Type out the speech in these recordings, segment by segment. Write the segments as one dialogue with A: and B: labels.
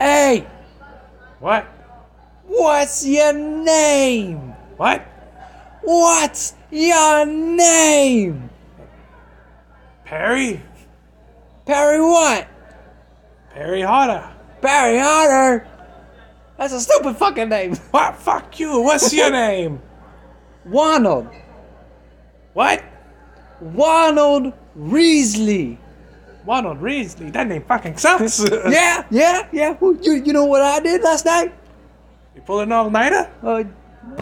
A: Hey,
B: What?
A: what's your name?
B: What?
A: What's your name?
B: Perry?
A: Perry what?
B: Perry Hotta.
A: Barry Otter. That's a stupid fucking name.
B: What? Fuck you. What's your name?
A: Ronald.
B: What?
A: Ronald Reesley.
B: Ronald Reesley. That name fucking sucks.
A: Yeah, yeah, yeah. Well, you, you know what I did last night?
B: You pulling all nighter?
A: Uh,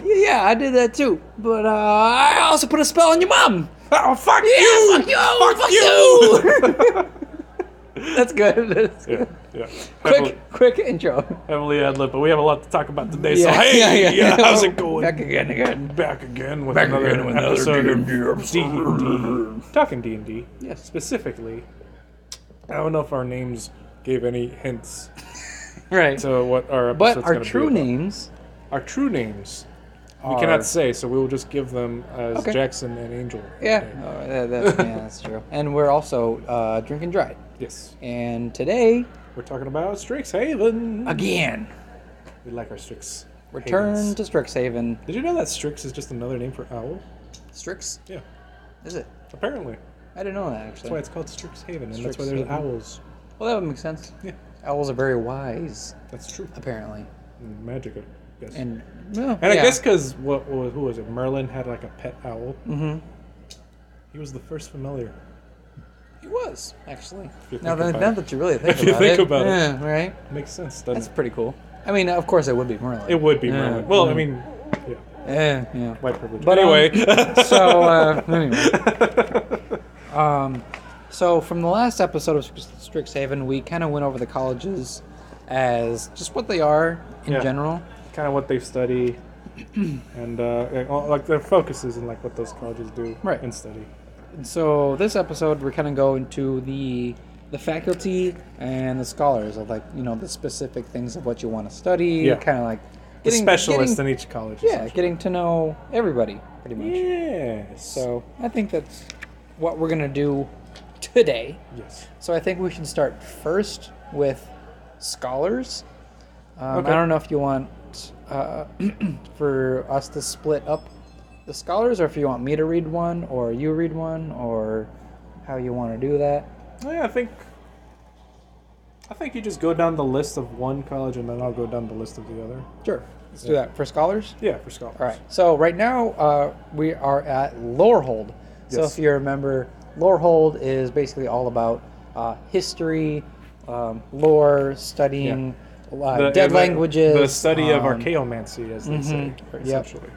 A: yeah, I did that too. But uh, I also put a spell on your mom.
B: Oh, fuck
A: Yeah,
B: you.
A: fuck you, fuck, you. That's good. That's
B: yeah,
A: good.
B: yeah. Heavily,
A: Quick, quick intro.
B: heavily ad lib, but we have a lot to talk about today.
A: Yeah,
B: so hey,
A: yeah, yeah, yeah.
B: how's it going?
A: Back again, again.
B: Back again with
A: Back
B: another
A: again with another
B: episode
A: D&D
B: of D&D. Talking D&D.
A: Yes.
B: Specifically, I don't know if our names gave any hints
A: Right.
B: to what our episode's
A: but
B: gonna
A: our
B: be
A: true
B: about.
A: names.
B: our true names we
A: Are-
B: cannot say, so we will just give them as
A: Okay.
B: Jackson and Angel.
A: Yeah.
B: Okay.
A: Oh, that, that's, yeah, that's true. And we're also uh, drinking dry.
B: Yes.
A: And today,
B: We're talking about Strixhaven.
A: again,
B: we like our Strix.
A: return
B: Havens.
A: to Strixhaven.
B: Did you know that Strix is just another name for owl?
A: Strix?
B: Yeah.
A: Is it?
B: Apparently.
A: I didn't know that
B: That's why
A: actually.
B: it's called Strixhaven, and that's why there's
A: Strixhaven.
B: owls.
A: Well, that would make sense.
B: Yeah.
A: Owls are very wise,
B: That's true.
A: apparently.
B: Magic, I guess. And,
A: And well,
B: I guess because, what, what, who was it? Merlin had like a pet owl.
A: hmm
B: He was the first familiar.
A: He was actually.
B: you
A: Now
B: think
A: that,
B: about
A: now
B: it.
A: that you really think
B: If you
A: about
B: think
A: it,
B: about it.
A: yeah, right?
B: Makes sense, doesn't
A: That's
B: it?
A: pretty cool. I mean, of course, it would be Merlin.
B: It would be
A: Yeah.
B: Merlin. Well, I
A: Mm.
B: mean, yeah.
A: Yeah, yeah.
B: White privilege.
A: But,
B: But
A: um,
B: anyway.
A: so, uh, anyway.
B: anyway.
A: Um, so from the last episode of Strixhaven, we kind of went over the colleges as just what they are in
B: Yeah.
A: general.
B: kind of what they study and uh, like, all- like their focuses and like what those colleges do
A: Right.
B: and study.
A: And so this episode, we're kind of going to the the faculty and the scholars of like you know the specific things of what you want to study.
B: Yeah.
A: Kind of like
B: The specialists
A: getting-
B: in each college.
A: yeah, getting to know everybody pretty much.
B: Yes.
A: So I think that's what we're gonna do today.
B: yes.
A: So I think we should start first with scholars. Um,
B: Okay.
A: I don't know if you want uh, for us to split up the scholars, or if you want me to read one, or you read one, or how you want to do that.
B: Oh, Yeah, I think I think you just go down the list of one college and then I'll go down the list of the other.
A: Sure, let's do that for scholars.
B: Yeah, for scholars.
A: All right. So right now uh, we are at Lorehold. So
B: Yes.
A: if you remember, Lorehold is basically all about uh, history, um, lore, studying uh,
B: The-
A: dead
B: the-
A: languages,
B: The study of
A: um,
B: archaeomancy, as they say,
A: mhm, yep.
B: essentially.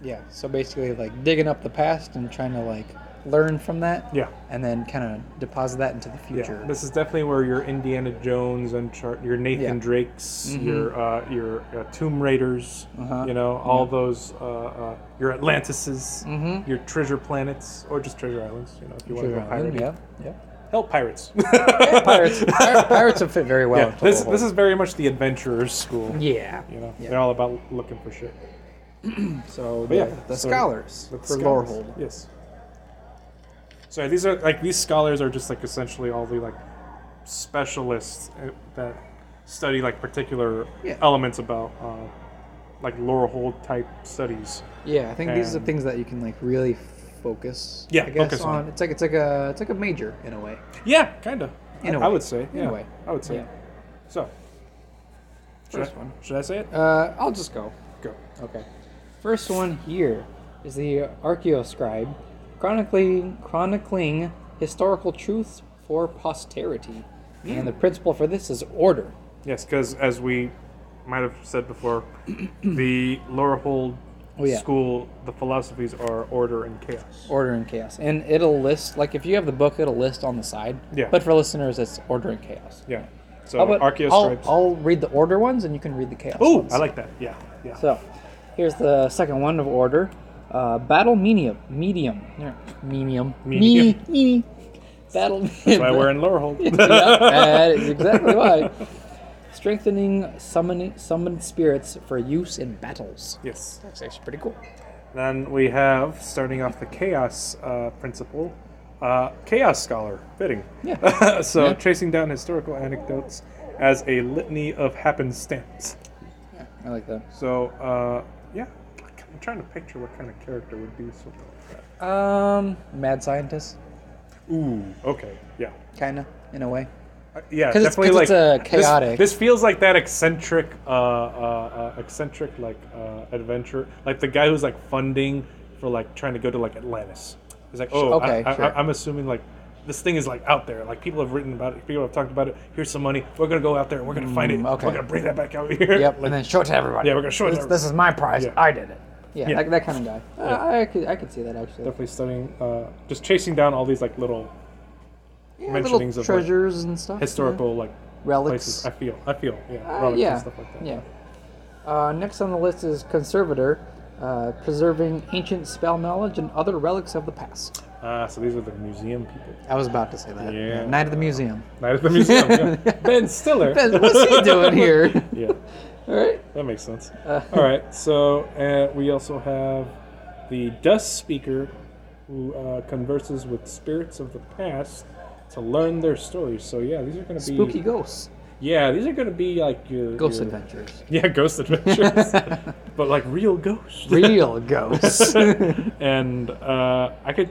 A: Yeah. So basically, like digging up the past and trying to like learn from that.
B: Yeah.
A: And then kind of deposit that into the
B: Yeah,
A: future.
B: this is definitely where your Indiana Jones and your Nathan
A: Yeah. Mm-hmm.
B: Drakes, your uh, your uh, Tomb Raiders,
A: Uh-huh.
B: you know, all those uh, uh, your Atlantises,
A: Mm-hmm.
B: your treasure planets, or just treasure islands, you know, if you want to go pirate.
A: yeah. Yeah.
B: Hell, pirates.
A: Yeah, pirates. Pir- pirates would fit very well.
B: yeah,
A: into
B: this
A: Lorehold.
B: this is very much the adventurers' school.
A: Yeah.
B: You know,
A: Yeah.
B: they're all about looking for shit.
A: So the,
B: But yeah,
A: the
B: so-
A: scholars
B: But
A: for
B: scholars,
A: Lorehold.
B: Yes. So these are like these scholars are just like essentially all the like specialists uh, that study like particular
A: Yeah.
B: elements about uh, like Lorehold type studies.
A: Yeah, I think these are
B: And-
A: things that you can like really focus.
B: Yeah,
A: I guess
B: focus
A: on.
B: on.
A: It's like it's like a it's like a major in a way.
B: Yeah, kind of.
A: In
B: I
A: a
B: I
A: way.
B: would say.
A: In a
B: yeah,
A: way.
B: I would say.
A: Yeah.
B: So. Should
A: First
B: I,
A: one.
B: Should I say it?
A: Uh, I'll just go.
B: Go.
A: Okay. First one here is the Archaeoscribe, chronicling chronicling historical truths for posterity, and the principle for this is order.
B: Yes, because as we might have said before, the Lorehold
A: Oh, yeah.
B: school, the philosophies are order and chaos.
A: Order and chaos, and it'll list like if you have the book, it'll list on the side.
B: Yeah.
A: But for listeners, it's order and chaos.
B: Yeah.
A: How
B: So
A: about-
B: Archaeo
A: I'll,
B: Stripes.
A: I'll read the order ones, and you can read the chaos.
B: Ooh,
A: ones.
B: I like that. Yeah, yeah.
A: So, here's the second one of order. Uh, battle medium, medium, Yeah, medium,
B: Medium.
A: Me, me. Battle.
B: That's why we're in Lorehold.
A: yeah, that is exactly why. Strengthening summoning summoned spirits for use in battles.
B: yes.
A: That's actually pretty cool.
B: Then we have starting off the chaos uh, principle, uh, chaos scholar fitting.
A: Yeah.
B: so
A: Yeah.
B: tracing down historical anecdotes as a litany of happenstance.
A: Yeah, I like that.
B: So, uh, yeah, I'm trying to picture what kind of character would do something like
A: Um, mad scientist,
B: that. Ooh, okay, yeah,
A: kinda in a way.
B: Uh, yeah,
A: 'Cause it's-
B: definitely
A: 'cause it's,
B: like
A: uh,
B: this-
A: chaotic.
B: This, feels like that eccentric, uh, uh, uh, eccentric like uh, adventure, like the guy who's like funding for like trying to go to like Atlantis. He's like, oh,
A: Okay,
B: I, I,
A: sure.
B: I, am assuming like this thing is like out there. Like people have written about it, people have talked about it. Here's some money. We're gonna go out there and we're gonna find it.
A: Mm, okay.
B: We're gonna bring that back out here.
A: Yep,
B: Like,
C: and then show it to everybody.
B: Yeah, we're gonna show it to
C: this, This is my prize.
B: Yeah.
C: I did it.
A: Yeah,
B: Yeah.
A: That, that kind of guy. Uh, I could I could see that actually.
B: definitely studying, uh, just chasing down all these like little
A: Yeah,
B: mentionings
A: little
B: of, like,
A: treasures and stuff. yeah.
B: historical like
A: relics.
B: places. I feel, I feel, yeah,
A: Uh,
B: relics
A: yeah.
B: and stuff like that.
A: Yeah. Uh, next on the list is conservator, uh, preserving ancient spell knowledge and other relics of the past.
B: Ah, so these are the museum people.
A: I was about to say that.
B: Yeah.
A: Night of the Museum.
B: Night at the museum. yeah. Ben Stiller.
A: Ben, what's he doing here?
B: yeah,
A: All right.
B: that makes sense.
A: Uh.
B: All right, so uh, we also have the dust speaker, who uh, converses with spirits of the past to learn their stories. So yeah, these are going to be
A: Spooky ghosts.
B: Yeah, these are going to be like your
A: Ghost
B: your-
A: adventures.
B: Yeah, ghost adventures, but like real ghosts.
A: Real ghosts.
B: and uh, I could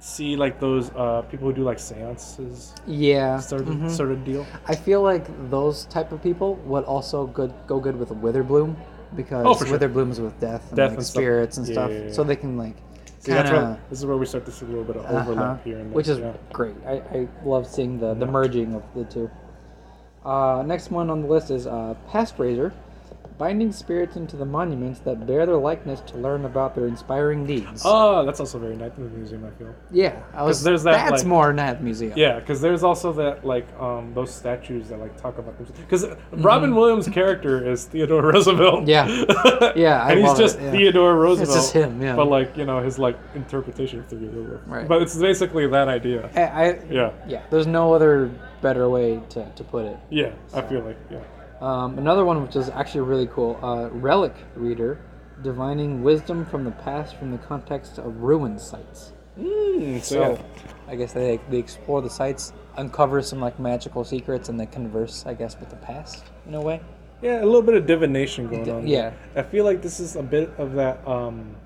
B: see like those uh, people who do like seances
A: yeah. Mm-hmm.
B: sort of sort of deal.
A: I feel like those type of people would also good go good with Witherbloom because
B: Oh, for sure.
A: Witherbloom's with death and
B: Death
A: like
B: and stuff.
A: spirits and
B: Yeah,
A: stuff,
B: yeah, yeah.
A: so they can like
B: See,
A: kind
B: that's
A: of
B: where, this is where we start to see a little bit of overlap here, and there,
A: Uh-huh. which is
B: yeah.
A: great. I, I love seeing the, the merging of the two. Uh, next one on the list is uh, Past Razor, binding spirits into the monuments that bear their likeness to learn about their inspiring deeds.
B: oh, that's also very nice in the museum. I feel
A: yeah, I was.
B: there's that,
A: that's
B: like-
A: more Nat Museum.
B: yeah, because there's also that like um, those statues that like talk about because Robin Williams' character is Theodore Roosevelt.
A: Mm-hmm. Yeah. Yeah, I
B: and he's
A: love it,
B: just
A: yeah.
B: Theodore Roosevelt.
A: just him, yeah.
B: But like you know his like interpretation of Theodore.
A: Right.
B: But it's basically that idea.
A: I, I,
B: Yeah.
A: yeah, there's no other better way to, to put it.
B: Yeah, I feel like yeah.
A: Um, another one, which is actually really cool, uh, relic reader, divining wisdom from the past from the context of ruin sites. Mm, So, I guess they they explore the sites, uncover some like magical secrets, and they converse, I guess, with the past in a way.
B: Yeah, a little bit of divination going on.
A: yeah.
B: I feel like this is a bit of that. um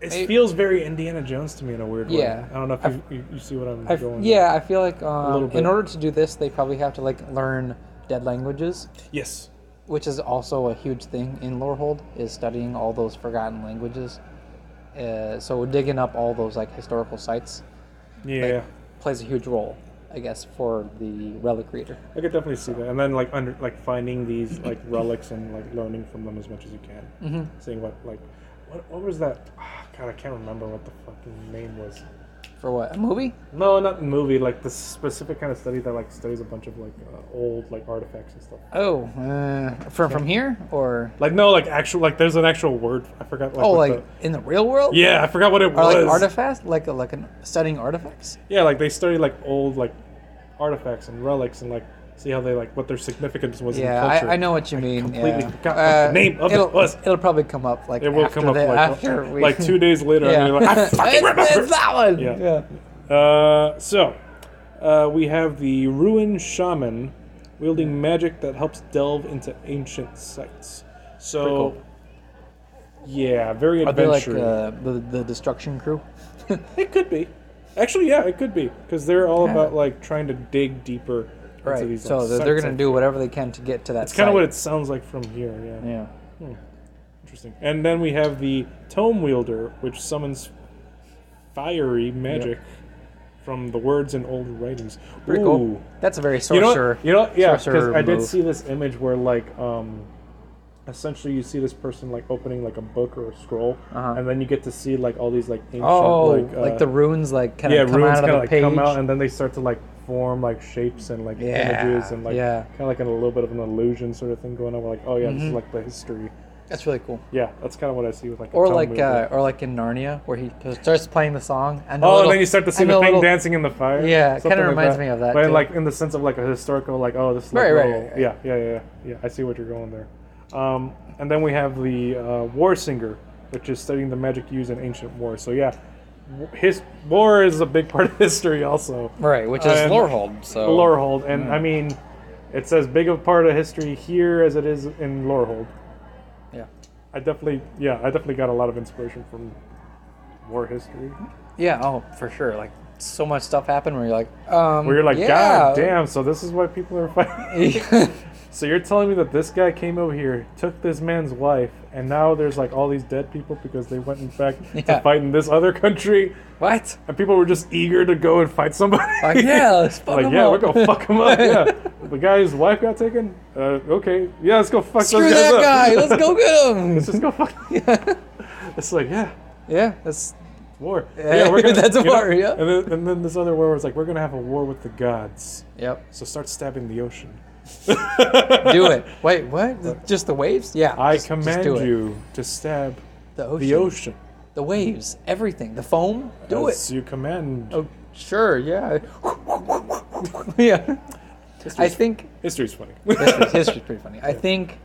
B: It
A: May-
B: feels very Indiana Jones to me in a weird
A: Yeah.
B: way. I don't know if you, you, you see what I'm
A: I f-
B: going.
A: yeah, I feel like
B: little
A: um,
B: bit.
A: in order to do this, they probably have to like learn dead languages,
B: Yes.
A: which is also a huge thing in Lorehold is studying all those forgotten languages. Uh, so digging up all those like historical sites
B: Yeah.
A: plays a huge role, I guess, for the relic reader.
B: I could definitely see that, and then like under like finding these like relics and like learning from them as much as you can, mm-hmm. seeing what like what, what was that? ah, God, I can't remember what the fucking name was.
A: For what a movie?
B: No, not movie. Like the specific kind of study that like studies a bunch of like uh, old like artifacts and stuff.
A: Oh, uh, from from here or
B: Like no, like actual like there's an actual word. I forgot. Like,
A: oh,
B: what
A: like in the real world?
B: the- yeah, I forgot what it
A: Or
B: was.
A: like artifacts, like like an studying artifacts.
B: yeah, like they study like old like artifacts and relics and like see how they like what their significance was in
A: Yeah,
B: culture.
A: I, I know what you mean.
B: completely
A: yeah. Uh,
B: forgot what the name of it
A: it'll,
B: was.
A: It'll probably come up like
B: It will
A: after
B: come up
A: the-
B: like, uh,
A: after we,
B: like two days later.
A: Yeah,
B: And you're like, I fucking
A: It's-
B: remember.
A: it's that one.
B: Yeah.
A: Yeah.
B: Uh, so, uh, we have the Ruin Shaman wielding magic that helps delve into ancient sites. So,
A: cool.
B: yeah, very
A: Are they like
B: adventurous.
A: uh, the the destruction crew?
B: it could be. Actually, yeah, it could be because they're all
A: Yeah.
B: about like trying to dig deeper into
A: right.
B: these.
A: So
B: like,
A: they're, they're
B: sites
A: gonna
B: that-
A: do whatever they can to get to that.
B: It's kind of what it sounds like from here. Yeah.
A: Yeah.
B: Interesting. And then we have the Tome Wielder, which summons fiery magic from the words in old writings.
A: Pretty
B: Ooh.
A: cool. That's a very
B: You know,
A: sorcerer.
B: you know, yeah, because
A: sorcerer
B: I did
A: move.
B: see this image where, like, um, essentially you see this person like opening like a book or a scroll,
A: Uh-huh.
B: and then you get to see like all these like ancient,
A: Oh,
B: like,
A: like,
B: uh,
A: the runes, like kind
B: yeah,
A: of come
B: runes
A: out of
B: kind
A: the
B: of like
A: page.
B: come out, and then they start to like form like shapes and like
A: Yeah,
B: images and like
A: yeah. Mm-hmm.
B: kind of like a little bit of an illusion sort of thing going on. We're like, oh yeah, this is like the history.
A: That's really cool.
B: Yeah, that's kind of what I see with like. a
A: Or
B: Tome
A: like,
B: Wielder.
A: uh, or like in Narnia, where he starts playing the song, and the
B: Oh,
A: little-
B: and then you start to see
A: and
B: the thing
A: little-
B: dancing in the fire.
A: Yeah, it
B: something
A: kinda
B: like
A: reminds me of that,
B: But
A: too.
B: like in the sense of like a historical, like oh, this is like
A: Right, right,
B: little-
A: right, right.
B: Yeah, yeah, yeah, yeah, yeah. I see what you're going there. Um, and then we have the uh, war singer, which is studying the magic used in ancient war. So yeah, his lore is a big part of history also.
A: Right, which is
B: And-
A: Lorehold. So hmm.
B: Lorehold, and I mean, it's as big a part of history here as it is in Lorehold.
A: Yeah.
B: I definitely, yeah, I definitely got a lot of inspiration from war history.
A: Yeah, oh, for sure. Like so much stuff happened where you're like, um
B: Where you're like,
A: yeah.
B: God damn! So this is why people are fighting.
A: damn.
B: So you're telling me that this guy came over here, took this man's wife, and now there's like all these dead people because they went in fact
A: Yeah.
B: to fight in this other country,
A: what?
B: and people were just eager to go and fight somebody.
A: Like, Uh, yeah, let's fuck
B: Like,
A: him
B: yeah,
A: up.
B: we're gonna fuck him up. Yeah, the guy's wife got taken. Uh, okay, yeah, let's go fuck
A: Screw
B: those guys
A: that
B: up.
A: guy. Let's go get him.
B: let's just go fuck. It's like, yeah,
A: yeah, that's
B: war.
A: Yeah, that's a
B: you know,
A: war, yeah.
B: And then, and then this other war was like, we're gonna have a war with the gods.
A: yep.
B: So start stabbing the ocean.
A: Do it. Wait, what? The- just the waves? Yeah.
B: I
A: just- just
B: command
A: do it.
B: you to stab
A: The ocean.
B: the
A: The
B: ocean.
A: waves. Everything. The foam. Do
B: as
A: it.
B: you command.
A: Oh, sure. Yeah. yeah. I
B: History's,
A: think
B: history's funny.
A: history's, history's pretty funny. I think,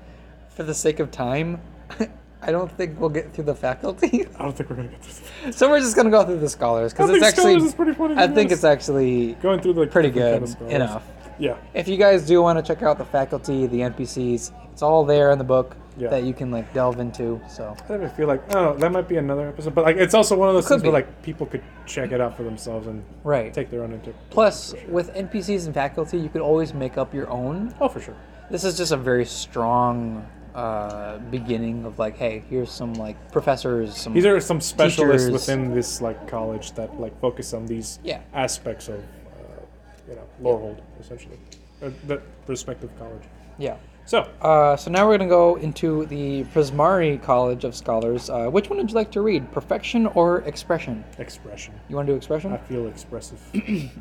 A: for the sake of time, I don't think we'll get through the faculty.
B: I don't think we're gonna get through. this.
A: so we're just gonna go through the scholars
B: I
A: because
B: think
A: it's actually.
B: Scholars is pretty funny.
A: I
B: to
A: think
B: be
A: it's
B: honest.
A: actually
B: going through like
A: pretty
B: different
A: good
B: kind of scholars.
A: enough.
B: Yeah.
A: If you guys do want to check out the faculty, the NPCs, it's all there in the book
B: Yeah.
A: that you can like delve into. So
B: I don't feel like oh that might be another episode, but like it's also one of those
A: Could
B: things where
A: be.
B: like people could check it out for themselves and
A: right.
B: take their own inter-
A: Plus, with NPCs and faculty, you could always make up your own.
B: Oh, for sure.
A: This is just a very strong uh, beginning of like, hey, here's some like professors. Some
B: These are some specialists
A: Teachers.
B: within this like college that like focus on these
A: Yeah.
B: aspects of uh, you know Lorehold essentially, uh, the respective college.
A: yeah.
B: So
A: Uh, so now we're gonna go into the Prismari College of Scholars. Uh, which one would you like to read, Perfection or Expression?
B: expression,
A: You want to do Expression?
B: I feel expressive.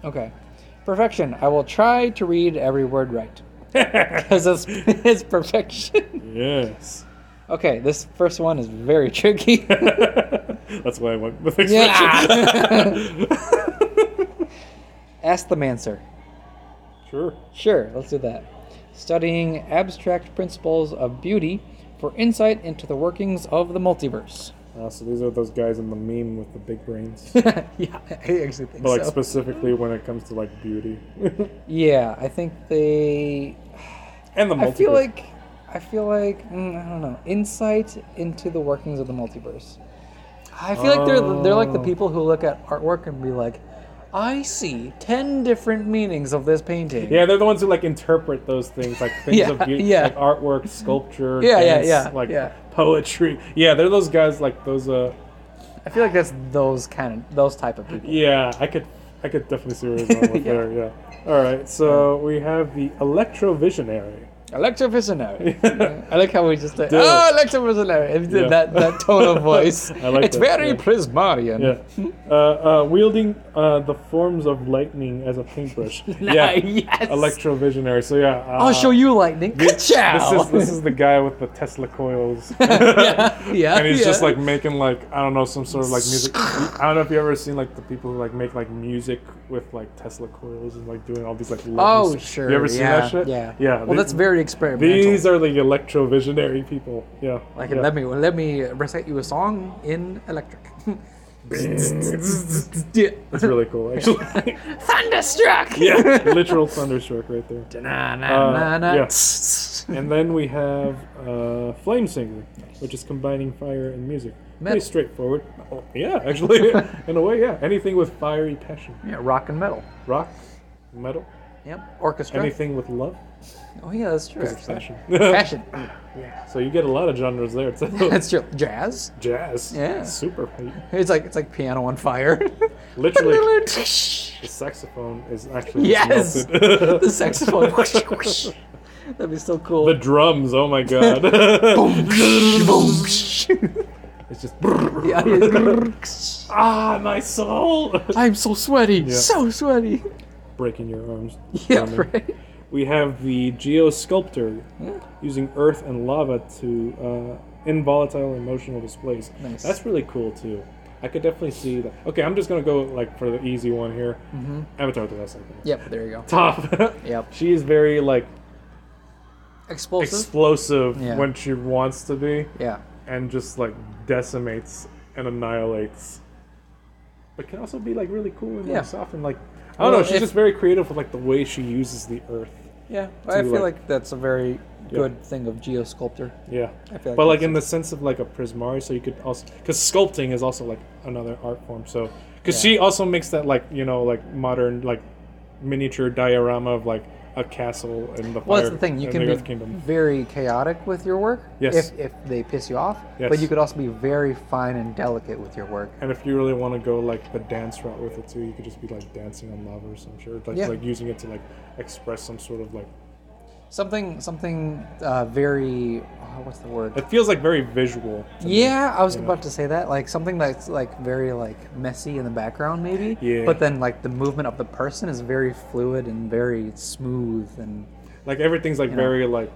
A: Okay. Perfection. I will try to read every word right. Because it's, it's perfection.
B: yes,
A: Okay, this first one is very tricky.
B: that's why I went with expression.
A: Ask the mancer.
B: Sure.
A: Sure, let's do that. Studying abstract principles of beauty for insight into the workings of the multiverse.
B: Uh, so these are those guys in the meme with the big brains.
A: yeah, I actually think
B: But like
A: so.
B: specifically when it comes to like beauty
A: yeah, I think they.
B: and the multiverse.
A: I feel like. I feel like mm, I don't know insight into the workings of the multiverse. I feel like they're they're like the
B: Oh.
A: people who look at artwork and be like, I see ten different meanings of this painting.
B: yeah, they're the ones who like interpret those things, like things
A: Yeah,
B: of beauty,
A: yeah.
B: like artwork, sculpture,
A: Yeah, yeah,
B: dance,
A: yeah,
B: like
A: yeah.
B: poetry. Yeah, they're those guys like those. Uh,
A: I feel like that's those kind of those type of people.
B: yeah, I could, I could definitely see where you're going with
A: Yeah.
B: there. Yeah. All right, so we have the electrovisionary.
A: Electrovisionary. I like how we just did.
B: Dude.
A: Oh, electrovisionary. And
B: Yeah.
A: That that tone of voice.
B: I like
A: it's
B: that,
A: very
B: yeah.
A: Prismarian.
B: Yeah,
A: Mm-hmm.
B: uh, uh, wielding uh, the forms of lightning as a paintbrush. yeah,
A: yes.
B: electrovisionary. So yeah, uh,
A: I'll show you lightning.
B: This, this
A: Ka-chow!
B: is this is the guy with the Tesla coils.
A: yeah, yeah.
B: and he's just
A: yeah.
B: like making like I don't know some sort of like music. I don't know if you ever seen like the people who like make like music with like Tesla coils and like doing all these like.
A: Oh,
B: loops.
A: sure.
B: You ever seen
A: yeah,
B: that shit?
A: Yeah.
B: Yeah.
A: Well,
B: the-
A: that's very experimental.
B: These are the electro visionary people. Yeah.
A: like,
B: yeah.
A: let me let me recite you a song in electric. Yeah.
B: It's really cool, actually.
A: Thunderstruck.
B: yeah, literal thunderstruck right there.
A: Na, na, na, na.
B: Uh, yeah. And then we have uh, Flame Singer, which is combining fire and music.
A: Metal.
B: Pretty straightforward. Oh, yeah, actually, in a way, yeah. Anything with fiery passion,
A: Yeah, rock and metal.
B: rock, metal,
A: Yep. Orchestra.
B: anything with love,
A: Oh yeah, that's true.
B: is
A: actually. Fashion.
B: passion. so you get a lot of genres there. too.
A: that's true. Jazz.
B: jazz,
A: Yeah.
B: super fight.
A: It's like it's like piano on fire.
B: Literally, the saxophone is actually
A: Yes!
B: just melted.
A: the saxophone. That'd be so cool.
B: the drums. Oh my god, it's just
A: Yeah, it's-
B: ah, my soul,
A: I'm so sweaty. So sweaty.
B: breaking your arms.
A: Yeah,
B: drumming.
A: right.
B: We have the geosculptor
A: Yeah.
B: using earth and lava to uh, involatile emotional displays.
A: Nice.
B: That's really cool too. I could definitely see that. Okay, I'm just gonna go like for the easy one here. Mm-hmm. Avatar: The Last Airbender.
A: Yep, there you go.
B: Top.
A: Yep.
B: She is very like
A: Explosive.
B: explosive
A: Yeah.
B: when she wants to be,
A: yeah.
B: and just like decimates and annihilates but can also be like really cool and
A: Yeah.
B: like, soft and like I don't
A: Well,
B: know. She's
A: if-
B: just very creative with like the way she uses the earth.
A: Yeah, I
B: To,
A: feel
B: like-
A: like that's a very good thing of geosculptor.
B: Yeah,
A: I feel like
B: but like
A: that's
B: in the sense of like a prismari, so you could also because sculpting is also like another art form. So because she also makes that like you know like modern like miniature diorama of like a castle and the
A: Well,
B: fire,
A: that's the thing. You
B: and
A: can
B: the Earth
A: be
B: kingdom.
A: very chaotic with your work
B: Yes.
A: if, if they piss you off, but
B: Yes.
A: you could also be very fine and delicate with your work.
B: And if you really want to go like the dance route with it too, you could just be like dancing on lava or some shit, like
A: Yeah.
B: like using it to like express some sort of like
A: Something, something uh, very. oh, what's the word?
B: it feels like very visual. to me.
A: Yeah, I was
B: know.
A: about to say that. Like something that's like very like messy in the background, maybe.
B: Yeah.
A: But then like the movement of the person is very fluid and very smooth and.
B: Like everything's like
A: know.
B: very like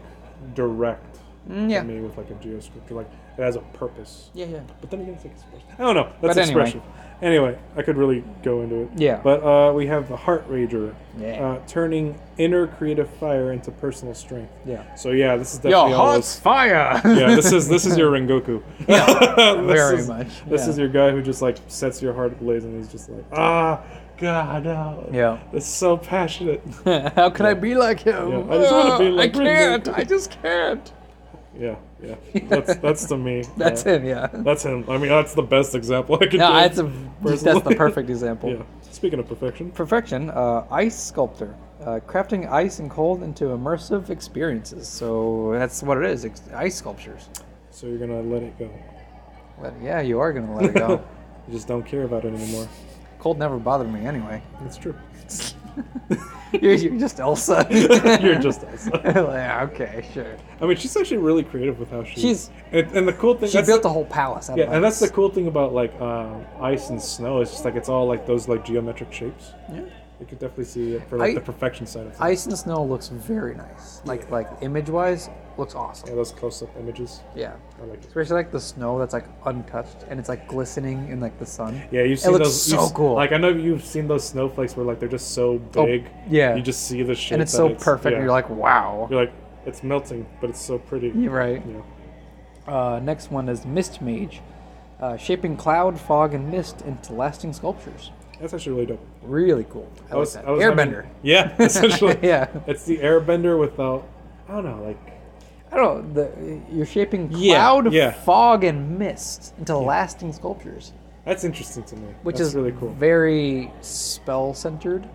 B: direct
A: Mm,
B: to
A: yeah.
B: me with like a geoscripture. Like it has a purpose.
A: Yeah, yeah.
B: But then again, it's like expression. I don't know. That's
A: But anyway.
B: expression. Anyway, I could really go into it.
A: Yeah.
B: But uh, we have the Heart Rager,
A: Yeah.
B: uh, turning inner creative fire into personal strength.
A: Yeah.
B: So yeah, this is definitely all those-
A: fire.
B: yeah, this is this is your Rengoku. Yeah,
A: very much,
B: This
A: yeah.
B: is your guy who just like sets your heart ablaze, and he's just like, ah, God, no.
A: Yeah.
B: It's so passionate.
A: How can I be like him?
B: Yeah, I just wanna be
A: Ah,
B: like
A: I
B: Ringo.
A: can't. I just can't.
B: Yeah, yeah. That's that's to me.
A: That's
B: Yeah.
A: him. Yeah.
B: That's him. I mean, that's the best example I could.
A: No,
B: give
A: that's a that's the
B: personally.
A: perfect example.
B: Yeah. Speaking of perfection.
A: Perfection. Uh, ice sculptor, uh, crafting ice and cold into immersive experiences. So that's what it is. Ex- ice sculptures.
B: So you're gonna let it go.
A: But yeah, you are gonna let it go.
B: You just don't care about it anymore.
A: cold never bothered me anyway.
B: That's true.
A: You're, you're just Elsa.
B: You're just Elsa.
A: Like, okay, sure.
B: I mean, she's actually really creative with how she.
A: She's-
B: and, and the cool thing.
A: She
B: that's-
A: built a whole palace out
B: Yeah,
A: of
B: and that's
A: ice.
B: the cool thing about like um, ice and snow. It's just like it's all like those like geometric shapes.
A: Yeah.
B: You could definitely see it for like
A: I-
B: the perfection side of things.
A: Ice and snow looks very nice. Like like image wise, looks
B: yeah,
A: awesome.
B: those close-up images.
A: Yeah.
B: I like it.
A: Especially like the snow that's like untouched and it's like glistening in like the sun.
B: Yeah, you've
A: It
B: seen
A: looks
B: those. you've
A: so
B: s-
A: cool.
B: Like I know you've seen those snowflakes where like they're just so
A: Oh,
B: big.
A: yeah.
B: You just see the shape.
A: and it's
B: that
A: so perfect.
B: yeah.
A: And you're like, wow.
B: you're like, it's melting, but it's so pretty.
A: You're right.
B: Yeah.
A: Uh, next one is Mist Mage, uh, shaping cloud, fog, and mist into lasting sculptures.
B: That's actually really dope.
A: Really cool. I,
B: was-
A: like that.
B: I was having-
A: Airbender.
B: yeah, essentially.
A: Yeah.
B: It's the airbender without. I don't know, like.
A: I don't know. The, you're shaping
B: Yeah,
A: cloud,
B: yeah.
A: fog, and mist into lasting sculptures,
B: That's interesting to me.
A: which
B: That's
A: is
B: really cool.
A: very spell centered.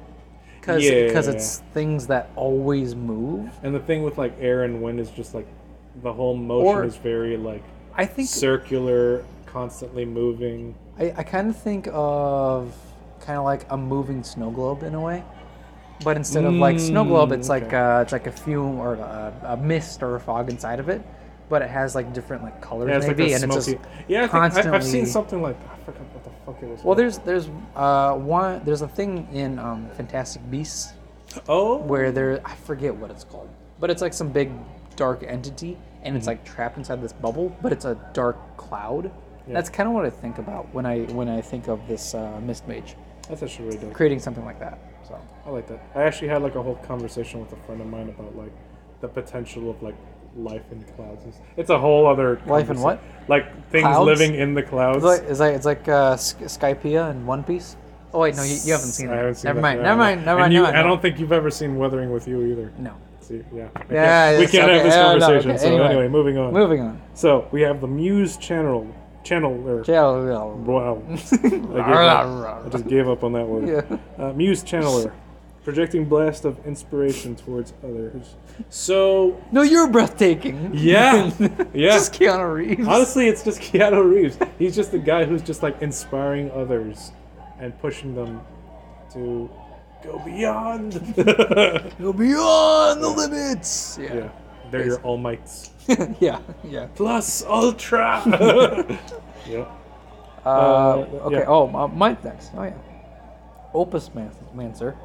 A: Because
B: Yeah.
A: it's things that always move.
B: And the thing with like air and wind is just like the whole motion
A: Or-
B: is very like
A: I think
B: circular, constantly moving.
A: I, I kind of think of kind of like a moving snow globe in a way, but instead of like snow globe,
B: Mm,
A: it's like
B: okay.
A: uh, it's like a fume or a, a mist or a fog inside of it, but it has like different like colors
B: Yeah, it's
A: maybe,
B: like a
A: and
B: smoky.
A: it's just
B: yeah, I think I, I've
A: constantly-
B: seen something like I forgot what the fuck it was.
A: well.
B: called.
A: There's there's uh one there's a thing in um, Fantastic Beasts
B: oh
A: where there I forget what it's called, but it's like some big dark entity, and it's like trapped inside this bubble, but it's a dark cloud.
B: Yeah.
A: That's kind of what I think about when I when I think of this uh, mist mage
B: that's actually really dope.
A: creating something like that. So.
B: I like that. I actually had like a whole conversation with a friend of mine about like the potential of like life in clouds. and s- It's a whole other
A: Life in
B: conversa-
A: what?
B: Like things
A: Clouds?
B: living in the clouds.
A: It's like it's like, it's like uh, Sk- Skypea and One Piece. Oh wait, no, you, you haven't seen
B: I
A: that.
B: haven't seen
A: never
B: that.
A: mind.
B: Yeah,
A: Never
B: I know.
A: mind. Never
B: And
A: mind.
B: you-
A: never mind.
B: I don't think you've ever seen Weathering with you either.
A: No.
B: See, yeah. We
A: Yeah,
B: can't, we
A: it's
B: can't
A: okay.
B: have this
A: Yeah, no,
B: conversation.
A: okay,
B: So
A: anyway.
B: anyway. moving on.
A: Moving on.
B: So we have the Muse Channel Channeler.
A: Yeah.
B: wow. I, gave up. I just gave up on that word.
A: Yeah.
B: Uh, Muse Channeler. Projecting blast of inspiration towards others. So
A: No, you're breathtaking.
B: yeah, yeah.
A: Just Keanu Reeves.
B: Honestly, it's just Keanu Reeves. He's just the guy who's just like inspiring others and pushing them to go beyond.
A: Go beyond the limits.
B: yeah,
A: Yeah.
B: they're your all mights.
A: Yeah. yeah.
B: Plus Ultra. yeah.
A: Uh,
B: Uh,
A: okay.
B: yeah.
A: Oh, uh, Mike next. Oh yeah. Opus Man- Mancer,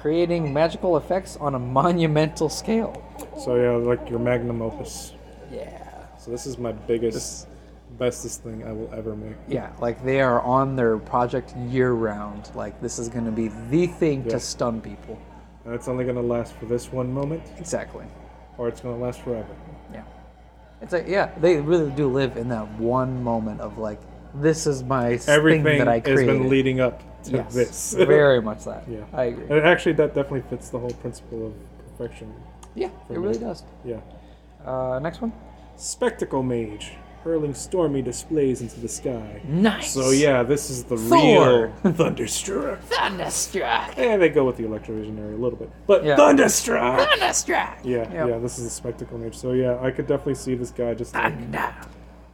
A: creating magical effects on a monumental scale.
B: So yeah, like your magnum opus.
A: Yeah.
B: So this is my biggest, bestest thing I will ever make.
A: Yeah, like they are on their project year round. Like this is going to be the thing
B: Yeah.
A: to stun people.
B: And it's only gonna last for this one moment,
A: Exactly.
B: or it's gonna last forever.
A: Yeah. It's like yeah, they really do live in that one moment of like this is my
B: Everything
A: thing that I
B: has
A: created.
B: been leading up to
A: yes,
B: this.
A: very much that.
B: Yeah.
A: I agree.
B: And actually, that definitely fits the whole principle of perfection.
A: Yeah, it really does.
B: Yeah.
A: Uh, next one.
B: Spectacle Mage, hurling stormy displays into the sky.
A: Nice.
B: So, yeah, this is the
A: Mm. Thor.
B: real Thunderstruck.
A: Thunderstruck.
B: Yeah, they go with the electrovisionary a little bit. But
A: Yeah.
B: Thunderstruck!
A: Thunderstruck.
B: Yeah, yeah, this is a spectacle mage. So, yeah, I could definitely see this guy just like,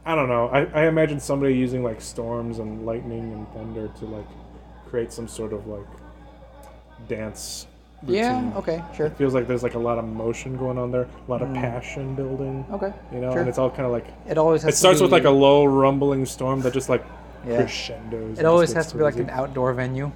B: I don't know. I, I imagine somebody using like storms and lightning and thunder to like create some sort of like dance.
A: Yeah.
B: routine.
A: Okay. Sure.
B: It feels like there's like a lot of motion going on there, a lot of passion building.
A: Okay.
B: You know,
A: sure.
B: and it's all kind of like
A: it always has
B: it starts
A: to
B: with
A: be,
B: like a low rumbling storm that just like
A: Yeah.
B: crescendos.
A: It always has to be like an outdoor venue.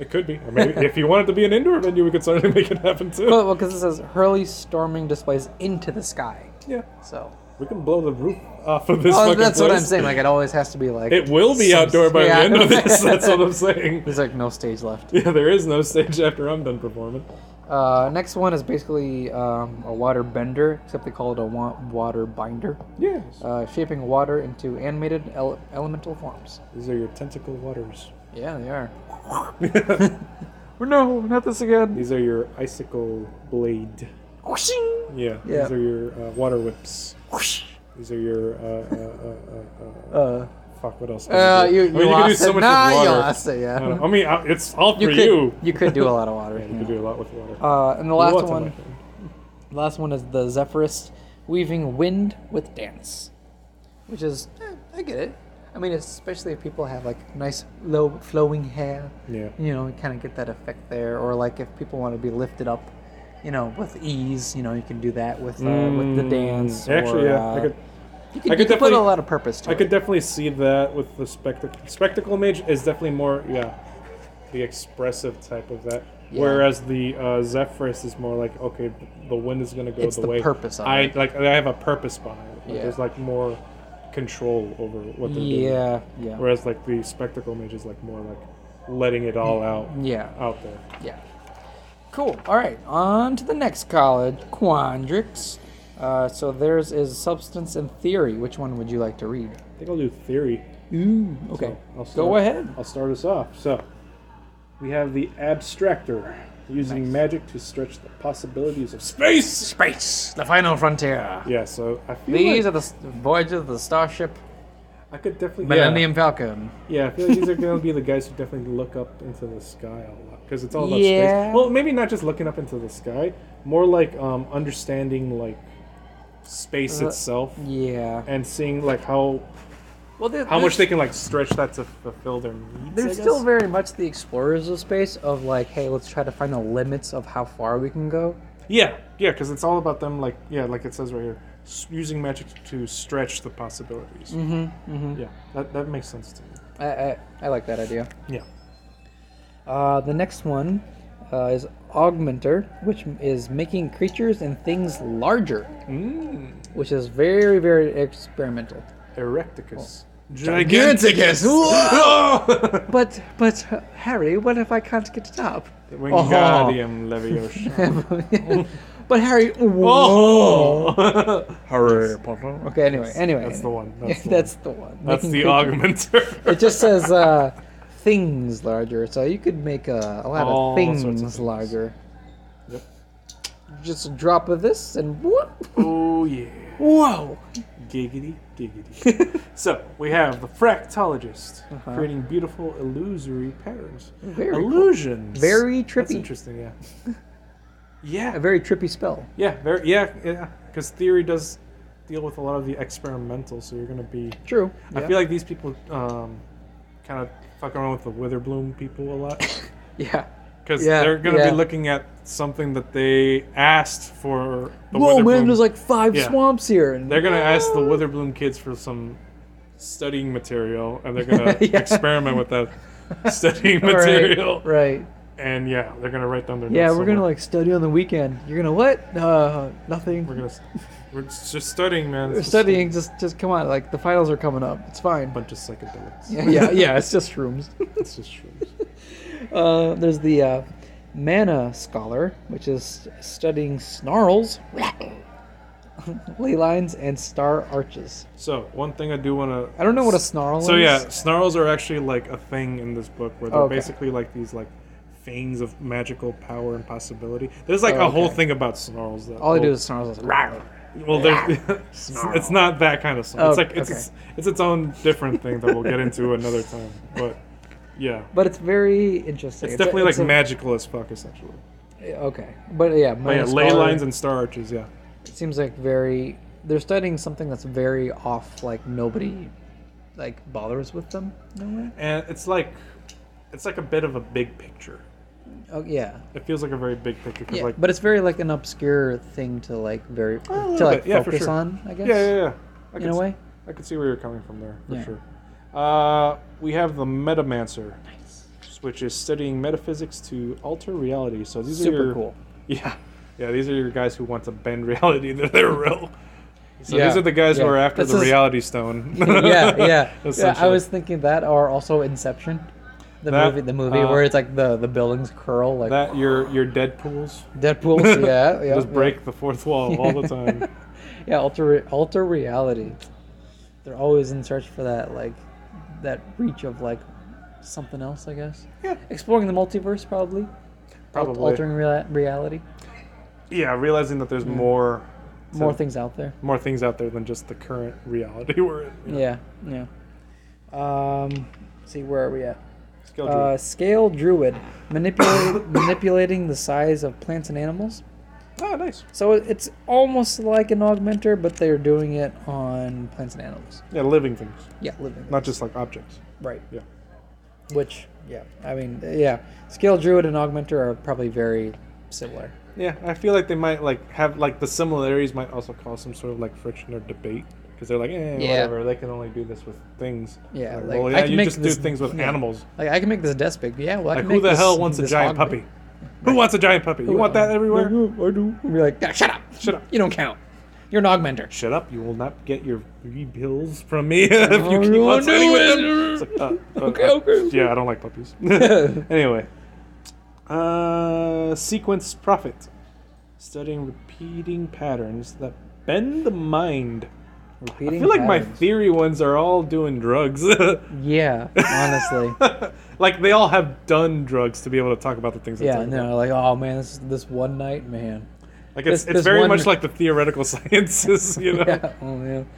B: It could be. Or maybe if you wanted to be an indoor venue, we could certainly make it happen too.
A: Well, because it says Hurley storming displays into the sky.
B: yeah,
A: So.
B: we can blow the roof off of this.
A: Oh,
B: fucking
A: that's what I'm
B: place.
A: saying. Like it always has to be like.
B: It will be
A: some-
B: outdoor by
A: yeah.
B: the end of this. That's what I'm saying.
A: There's like no stage left.
B: Yeah, there is no stage after I'm done performing.
A: Uh, next one is basically um, a water bender, except they call it a wa- water binder,
B: Yes.
A: uh, shaping water into animated ele- elemental forms.
B: These are your tentacle waters.
A: Yeah, they are. no, not this again.
B: These are your icicle blade.
A: Whooshing.
B: Yeah.
A: Yeah.
B: These are your uh, water whips.
A: Whoosh.
B: These are your. Uh, uh, uh, uh, uh,
A: Uh,
B: fuck, what else? Can
A: uh,
B: do?
A: you, you
B: I mean, you can do
A: lost
B: so
A: it.
B: much
A: Nah,
B: with
A: you
B: water.
A: lost it.
B: I, don't
A: Yeah.
B: know. I mean, I, it's all for you.
A: could you could do a lot of water.
B: You
A: yeah.
B: could do a lot with water.
A: Uh, and the
B: You
A: last
B: want to, my
A: one,
B: friend.
A: last one is the Zephyrus weaving wind with dance, which is eh, I get it. I mean, especially if people have like nice low flowing hair,
B: Yeah.
A: you know, you kind of get that effect there. Or like if people want to be lifted up, you know, with ease, you know, you can do that with uh, with the dance.
B: Mm, Actually,
A: or,
B: yeah.
A: uh,
B: I could.
A: you could,
B: I
A: you could
B: could
A: put a
B: definitely-
A: lot of purpose to
B: I
A: it.
B: could definitely see that with the spectacle. Spectacle mage is definitely more, yeah, the expressive type of that.
A: Yeah.
B: Whereas the uh, Zephyrus is more like, okay, the wind is gonna go
A: It's
B: the,
A: the
B: way.
A: purpose of
B: I
A: it.
B: like. I have a purpose behind it. Like,
A: Yeah.
B: There's like more control over what they're doing.
A: yeah, yeah,
B: Whereas like the spectacle mage is like more like letting it all out
A: yeah.
B: out there.
A: Yeah. Cool. All right. On to the next college, Quandrix. Uh, so theirs is Substance and Theory. Which one would you like to read?
B: I think I'll do theory.
A: Ooh, okay.
B: I'll start,
A: Go ahead.
B: I'll start us off. So, we have the abstractor using magic to stretch the possibilities of space.
A: Space, the final frontier.
B: Yeah, so I feel
A: These
B: like
A: are the s- voyages of the starship
B: I could definitely
A: Millennium Falcon.
B: Yeah, yeah I feel like these are going to be the guys who definitely look up into the sky a lot because it's all about
A: Yeah.
B: space. Well, maybe not just looking up into the sky, more like um, understanding like space
A: Uh,
B: itself
A: Yeah.
B: and seeing like how
A: Well, there-
B: how much they
A: there's-
B: can like stretch that to fulfill their needs. I
A: They're still
B: guess.
A: very much the explorers of space. Of like, hey, let's try to find the limits of how far we can go.
B: Yeah, yeah, because it's all about them. Like, yeah, like it says right here, s- using magic to stretch the possibilities.
A: Mm-hmm. Mm-hmm.
B: Yeah, that, that makes sense to me.
A: I, I I like that idea.
B: Yeah,
A: Uh, the next one uh, is Augmenter, which m- is making creatures and things larger,
B: mm.
A: which is very, very experimental.
B: Erecticus,
A: Giganticus!
B: Whoa!
A: But, but, uh, Harry, what if I can't get it up?
B: Wingardium Leviosa.
A: but, Harry.
B: Oh,
A: Harry Potter. Okay, anyway, anyway.
B: that's the one. That's the
A: That's the one.
B: that's
A: Making
B: the
A: creatures-
B: augmenter.
A: It just says uh, things larger, so you could make a, a lot
B: All
A: of
B: sorts
A: things,
B: of things.
A: larger.
B: Yep.
A: Just a drop of this and whoop!
B: oh yeah,
A: Whoa!
B: giggity giggity. so we have the fractologist creating beautiful illusory patterns.
A: Uh-huh. Very cool.
B: Illusions.
A: Very
B: That's
A: trippy.
B: interesting. Yeah.
A: A
B: Yeah.
A: very trippy spell.
B: Yeah. Very. Yeah. Yeah. Because theory does deal with a lot of the experimental, so you're gonna be.
A: True.
B: I feel like these people um, kind of fuck around with the Witherbloom people a lot
A: yeah.
B: because
A: Yeah,
B: they're gonna
A: yeah.
B: be looking at something that they asked for. The
A: Whoa, man!
B: Witherbloom-
A: There's like five
B: Yeah.
A: swamps here, and
B: they're gonna ask the Witherbloom kids for some studying material, and they're gonna
A: Yeah.
B: experiment with that studying
A: All right,
B: material.
A: Right.
B: And yeah, they're gonna write down their
A: Yeah,
B: notes
A: we're gonna
B: somewhere.
A: like study on the weekend. You're gonna what? Uh, nothing.
B: we're gonna s- we're just studying, man.
A: We're
B: It's just a
A: studying. Just, just come on. Like the finals are coming up. It's fine.
B: bunch of psychedelics.
A: yeah, yeah, yeah. It's just rooms.
B: it's just true.
A: Uh, there's the uh, mana scholar, which is studying snarls, ley lines, and star arches.
B: So one thing I do want to.
A: I don't know what a snarl
B: So
A: is. Oh,
B: yeah, snarls are actually like a thing in this book where they're
A: Okay.
B: basically like these like things of magical power and possibility. There's like
A: Oh,
B: a whole
A: okay.
B: thing about snarls. That
A: All I do
B: whole-
A: is snarls. Is, "Rawr."
B: well, there's, it's- it's not that kind of snarl. It's
A: Oh,
B: like it's,
A: okay.
B: it's it's its own different thing that we'll get into another time. But yeah,
A: but it's very interesting.
B: it's,
A: a-
B: definitely
A: it's
B: like
A: a-
B: magical as fuck essentially.
A: Okay, but yeah,
B: But Oh, yeah,
A: minus
B: ley
A: star
B: lines and star arches. Yeah,
A: seems like very. They're studying something that's very off. Like nobody, like bothers with them. No way.
B: and it's like it's like a bit of a big picture.
A: Oh yeah,
B: It feels like a very big picture. 'cause,
A: yeah.
B: like,
A: but it's very like an obscure thing to like very
B: little
A: to like
B: bit, yeah, for
A: focus
B: sure.
A: on. I guess.
B: yeah, yeah, yeah. I
A: In
B: could
A: a
B: s-
A: way.
B: I could see where you're coming from there for
A: Yeah.
B: sure. Uh, we have the Metamancer, which is studying metaphysics to alter reality. So these
A: Super
B: are your,
A: cool.
B: Yeah, yeah. These are your guys who want to bend reality to their will. So
A: Yeah,
B: these are the guys who
A: yeah.
B: are after
A: This
B: the
A: is-
B: reality stone.
A: yeah, yeah. yeah. I
B: Essentially.
A: was thinking that, or also Inception, the
B: That,
A: movie, the movie
B: uh,
A: where it's like the the buildings curl, like
B: that your your Deadpool's
A: Deadpool. yeah, yeah.
B: just break the fourth wall all the time.
A: Yeah, yeah alter re- alter reality. They're always in search for that, like that reach of like something else. I guess.
B: Yeah.
A: Exploring the multiverse, probably. Al-
B: Probably.
A: altering rea- reality.
B: Yeah, realizing that there's more
A: More things out there.
B: more things out there than just the current reality we're in. you know.
A: Yeah, yeah. Um, let's see, where are we at?
B: Skill drill.
A: Uh, scale druid, manipulate, manipulating the size of plants and animals.
B: oh, nice.
A: So it- it's almost like an augmenter, but they're doing it on plants and animals.
B: Yeah, living things,
A: Yeah, living.
B: not just like objects.
A: right.
B: Yeah.
A: Which, yeah, I mean, yeah, scale druid and augmenter are probably very similar.
B: Yeah, I feel like they might like have like the similarities might also cause some sort of like friction or debate because they're like, eh,
A: Yeah.
B: whatever. They can only do this with things.
A: Yeah,
B: like,
A: like,
B: well,
A: I
B: yeah,
A: can
B: you
A: make
B: just
A: this-
B: do things with
A: yeah.
B: animals.
A: Like I can make this desk big. Yeah, well, I
B: Like,
A: can
B: who
A: make
B: the
A: this-
B: hell wants a
A: this
B: giant
A: hog
B: puppy?
A: big.
B: Who wants a giant puppy? You want that
A: I
B: everywhere?
A: do. I do. And be like, "Ah, shut up,
B: Shut up.
A: You don't count. You're an augmenter.
B: Shut up! You will not get your free bills from me if you keep
A: you
B: on
A: wanna
B: sitting
A: do
B: with
A: it.
B: them. It's like, uh, uh,
A: Okay,
B: uh,
A: okay.
B: Yeah, I don't like puppies. anyway, uh, sequence profit, studying repeating patterns that bend the mind. I
A: Repeating
B: feel like my
A: patterns.
B: theory ones are all doing drugs.
A: yeah, honestly.
B: like they all have done drugs to be able to talk about the things. they
A: Yeah,
B: talk about.
A: no, like oh man, this this one night, man.
B: Like it's,
A: This-
B: it's
A: this
B: very
A: one-
B: much like the theoretical sciences, you know.
A: Yeah, oh man,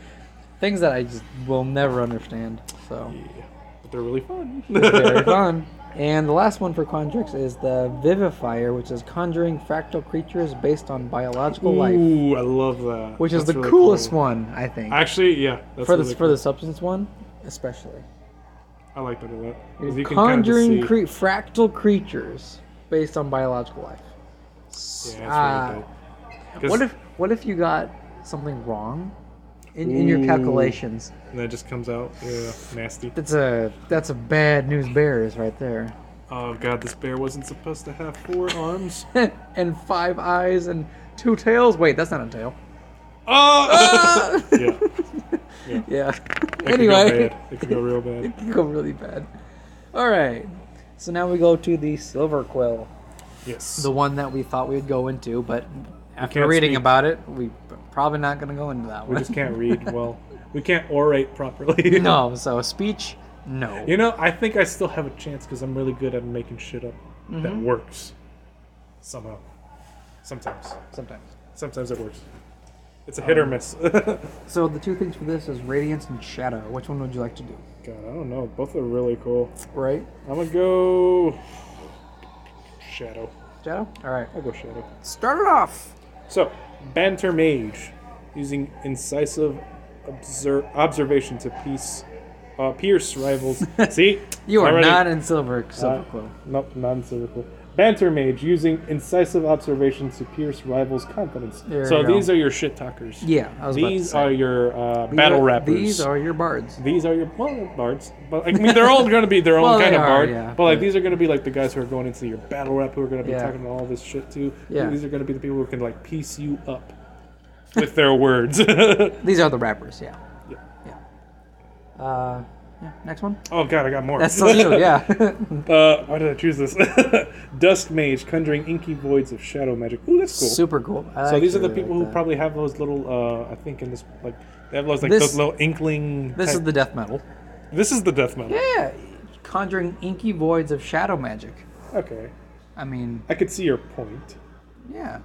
A: things that I just will never understand. So
B: Yeah. But they're really fun.
A: very fun. And the last one for Conjurix is the Vivifier, which is conjuring fractal creatures based on biological life,
B: Ooh, I love that.
A: which is
B: That's
A: the
B: really
A: coolest
B: cool.
A: one I think
B: Actually, yeah. That's
A: for
B: really
A: this for the substance one, especially.
B: cool. I like that a lot. 'Cause you can kinda just
A: conjuring
B: see-
A: cre- fractal creatures based on biological life.
B: Yeah,
A: Ah.
B: that's really dope. 'Cause-
A: What if what if you got something wrong in, in your
B: Ooh.
A: calculations?
B: and that just comes out yeah, nasty?
A: That's a that's a bad news bears right there.
B: Oh god, this bear wasn't supposed to have four arms.
A: and five eyes and two tails. Wait, that's not a tail.
B: Oh.
A: Ah!
B: yeah.
A: yeah.
B: It could go
A: anyway,
B: bad. it could go real bad.
A: it can go really bad. All right. So now we go to the silver quill,
B: Yes.
A: the one that we thought we'd go into, but after
B: can't
A: reading
B: speak.
A: about it, we probably not going to go into that
B: we
A: one.
B: just can't read well. We can't orate properly.
A: no. So speech, no.
B: You know, I think I still have a chance because I'm really good at making shit up that works. Somehow. Sometimes.
A: Sometimes.
B: Sometimes it works. It's a hit or miss.
A: So the two things for this is radiance and shadow. Which one would you like to do?
B: God, I don't know. Both are really cool.
A: Right.
B: I'm gonna go shadow.
A: Shadow. All right.
B: I'll go shadow.
A: Start it off.
B: So, banter mage, using incisive obser- observation to piece, uh, pierce rivals. See,
A: You are
B: Already-
A: not in silver, silver
B: Uh,
A: quill.
B: Nope, not in Silverquill. Banter mage, using incisive observation to pierce rivals' confidence.
A: There
B: so
A: you go.
B: these are your shit talkers.
A: Yeah, I was about to
B: These
A: say.
B: are your uh, battle
A: are-
B: rappers.
A: These are your bards.
B: These are your well they're bards, but I mean they're all going to be their own
A: Well,
B: kind
A: they
B: of
A: are,
B: bard.
A: yeah,
B: but like
A: but-
B: these are going to be like the guys who are going into your battle rap who are going to be
A: Yeah.
B: talking all this shit too.
A: Yeah.
B: These are going to be the people who can like piece you up with their words. yeah,
A: These are the rappers. Yeah.
B: Yeah.
A: Yeah. Uh, Yeah, next one.
B: Oh god, I got more.
A: That's still you, yeah.
B: Uh, why did I choose this? Dusk Mage, conjuring inky voids of shadow magic. Ooh, that's cool.
A: Super cool. I
B: so these are
A: actually
B: the
A: really
B: people
A: like
B: who
A: that.
B: probably have those little. Uh, I think in this like they have those like
A: This-
B: those little inkling.
A: This
B: type-
A: is the death metal.
B: This is the death metal.
A: Yeah, conjuring inky voids of shadow magic.
B: Okay,
A: I mean,
B: I could see your point.
A: yeah,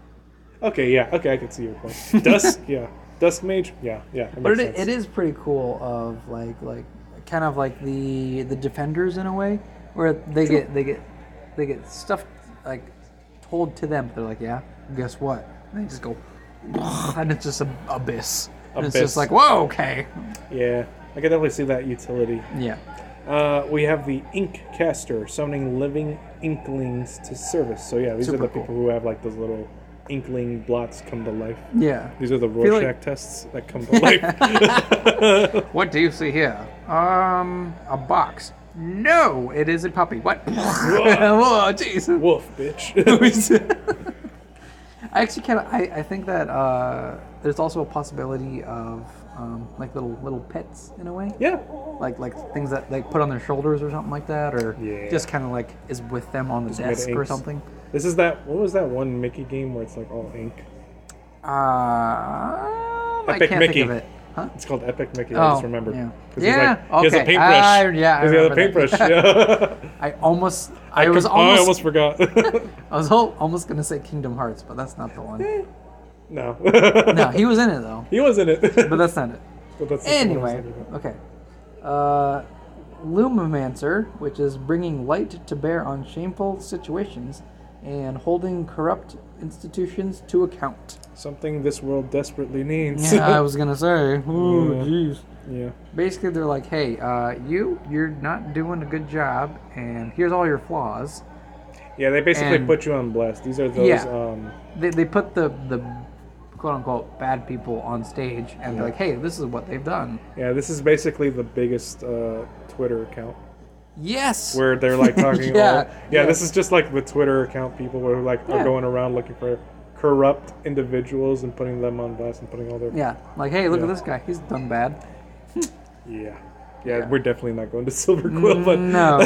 B: Okay, yeah. Okay, I could see your point. Dusk, yeah. Dusk Mage, yeah, yeah. That
A: but it,
B: makes sense.
A: it is pretty cool. Of like like kind of like the the defenders in a way, where they get they get they get stuff like told to them. They're like, yeah, guess what? And they just go, and it's just a abyss. And it's
B: Abyss.
A: just like, whoa, okay,
B: Yeah, I can definitely see that utility.
A: yeah.
B: Uh, we have the Ink Caster, summoning living inklings to service. So yeah, these are
A: Super
B: the
A: cool.
B: people who have like those little inkling blots come to life.
A: Yeah.
B: These are the
A: Feel
B: Rorschach
A: like-
B: tests that come to life.
A: What do you see here? Um, a box. No, it is a puppy. What? Whoa, jeez.
B: Wolf, bitch.
A: I actually kind of. I, I think that uh, there's also a possibility of um, like little little pets in a way,
B: yeah.
A: like like things that they put on their shoulders or something like that, or
B: Yeah.
A: just kind of like is with them on the
B: made of
A: desk or
B: inks.
A: something.
B: This is that. What was that one Mickey game where it's like all ink?
A: Uh, I
B: Epic
A: can't
B: Mickey.
A: think of it. Huh?
B: It's called Epic Mickey. I
A: Oh,
B: just remember.
A: yeah.
B: 'Cause he's
A: Yeah,
B: like- He has a
A: okay.
B: paintbrush.
A: I- yeah, I
B: He's got a
A: remember
B: paintbrush.
A: that.
B: Yeah.
A: I almost. I, was
B: Oh, I
A: almost.
B: almost forgot.
A: I was al- almost gonna say Kingdom Hearts, but that's not the one.
B: no.
A: no, he was in it though,
B: He was in it.
A: but that's not it.
B: But that's the thing I was
A: Anyway,
B: thinking about.
A: okay. Uh, Lumimancer, which is bringing light to bear on shameful situations and holding corrupt institutions to account.
B: something this world desperately needs.
A: Yeah, I was gonna say. Ooh,
B: Yeah.
A: jeez.
B: Yeah.
A: Basically, they're like, "Hey, uh, you, you're not doing a good job, and here's all your flaws."
B: Yeah, they basically
A: And-
B: put you on blast. These are those.
A: Yeah.
B: Um,
A: They, they put the the quote unquote bad people on stage, and they're like, "Hey, this is what they've done."
B: yeah, this is basically the biggest uh, Twitter account
A: Yes.
B: where they're like talking.
A: Yeah,
B: all, yeah,
A: yeah.
B: This is just like the Twitter account people where like are
A: Yeah.
B: going around looking for corrupt individuals and putting them on blast and putting all their.
A: yeah. Like, hey, look
B: Yeah.
A: at this guy. He's done bad.
B: Yeah. Yeah, we're definitely not going to Silver Quill, but
A: No,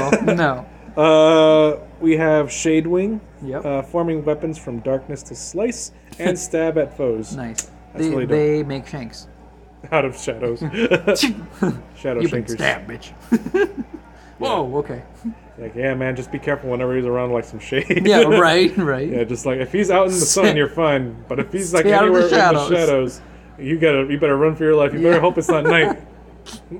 A: no.
B: Uh, we have Shadewing,
A: Yep.
B: uh, forming weapons from darkness to slice and stab at foes
A: Nice.
B: That's
A: They,
B: really dope.
A: they make shanks.
B: out of shadows. Shadow
A: You've been
B: shakers.
A: stabbed, bitch. Whoa, okay.
B: Like, yeah, man, just be careful whenever he's around like some shade.
A: Yeah, right, right.
B: yeah, just like if he's out in the sun,
A: Stay-
B: you're fine. But if he's like
A: Stay out of the
B: anywhere in the
A: shadows.
B: shadows, you gotta you better run for your life. You better
A: Yeah.
B: hope it's not night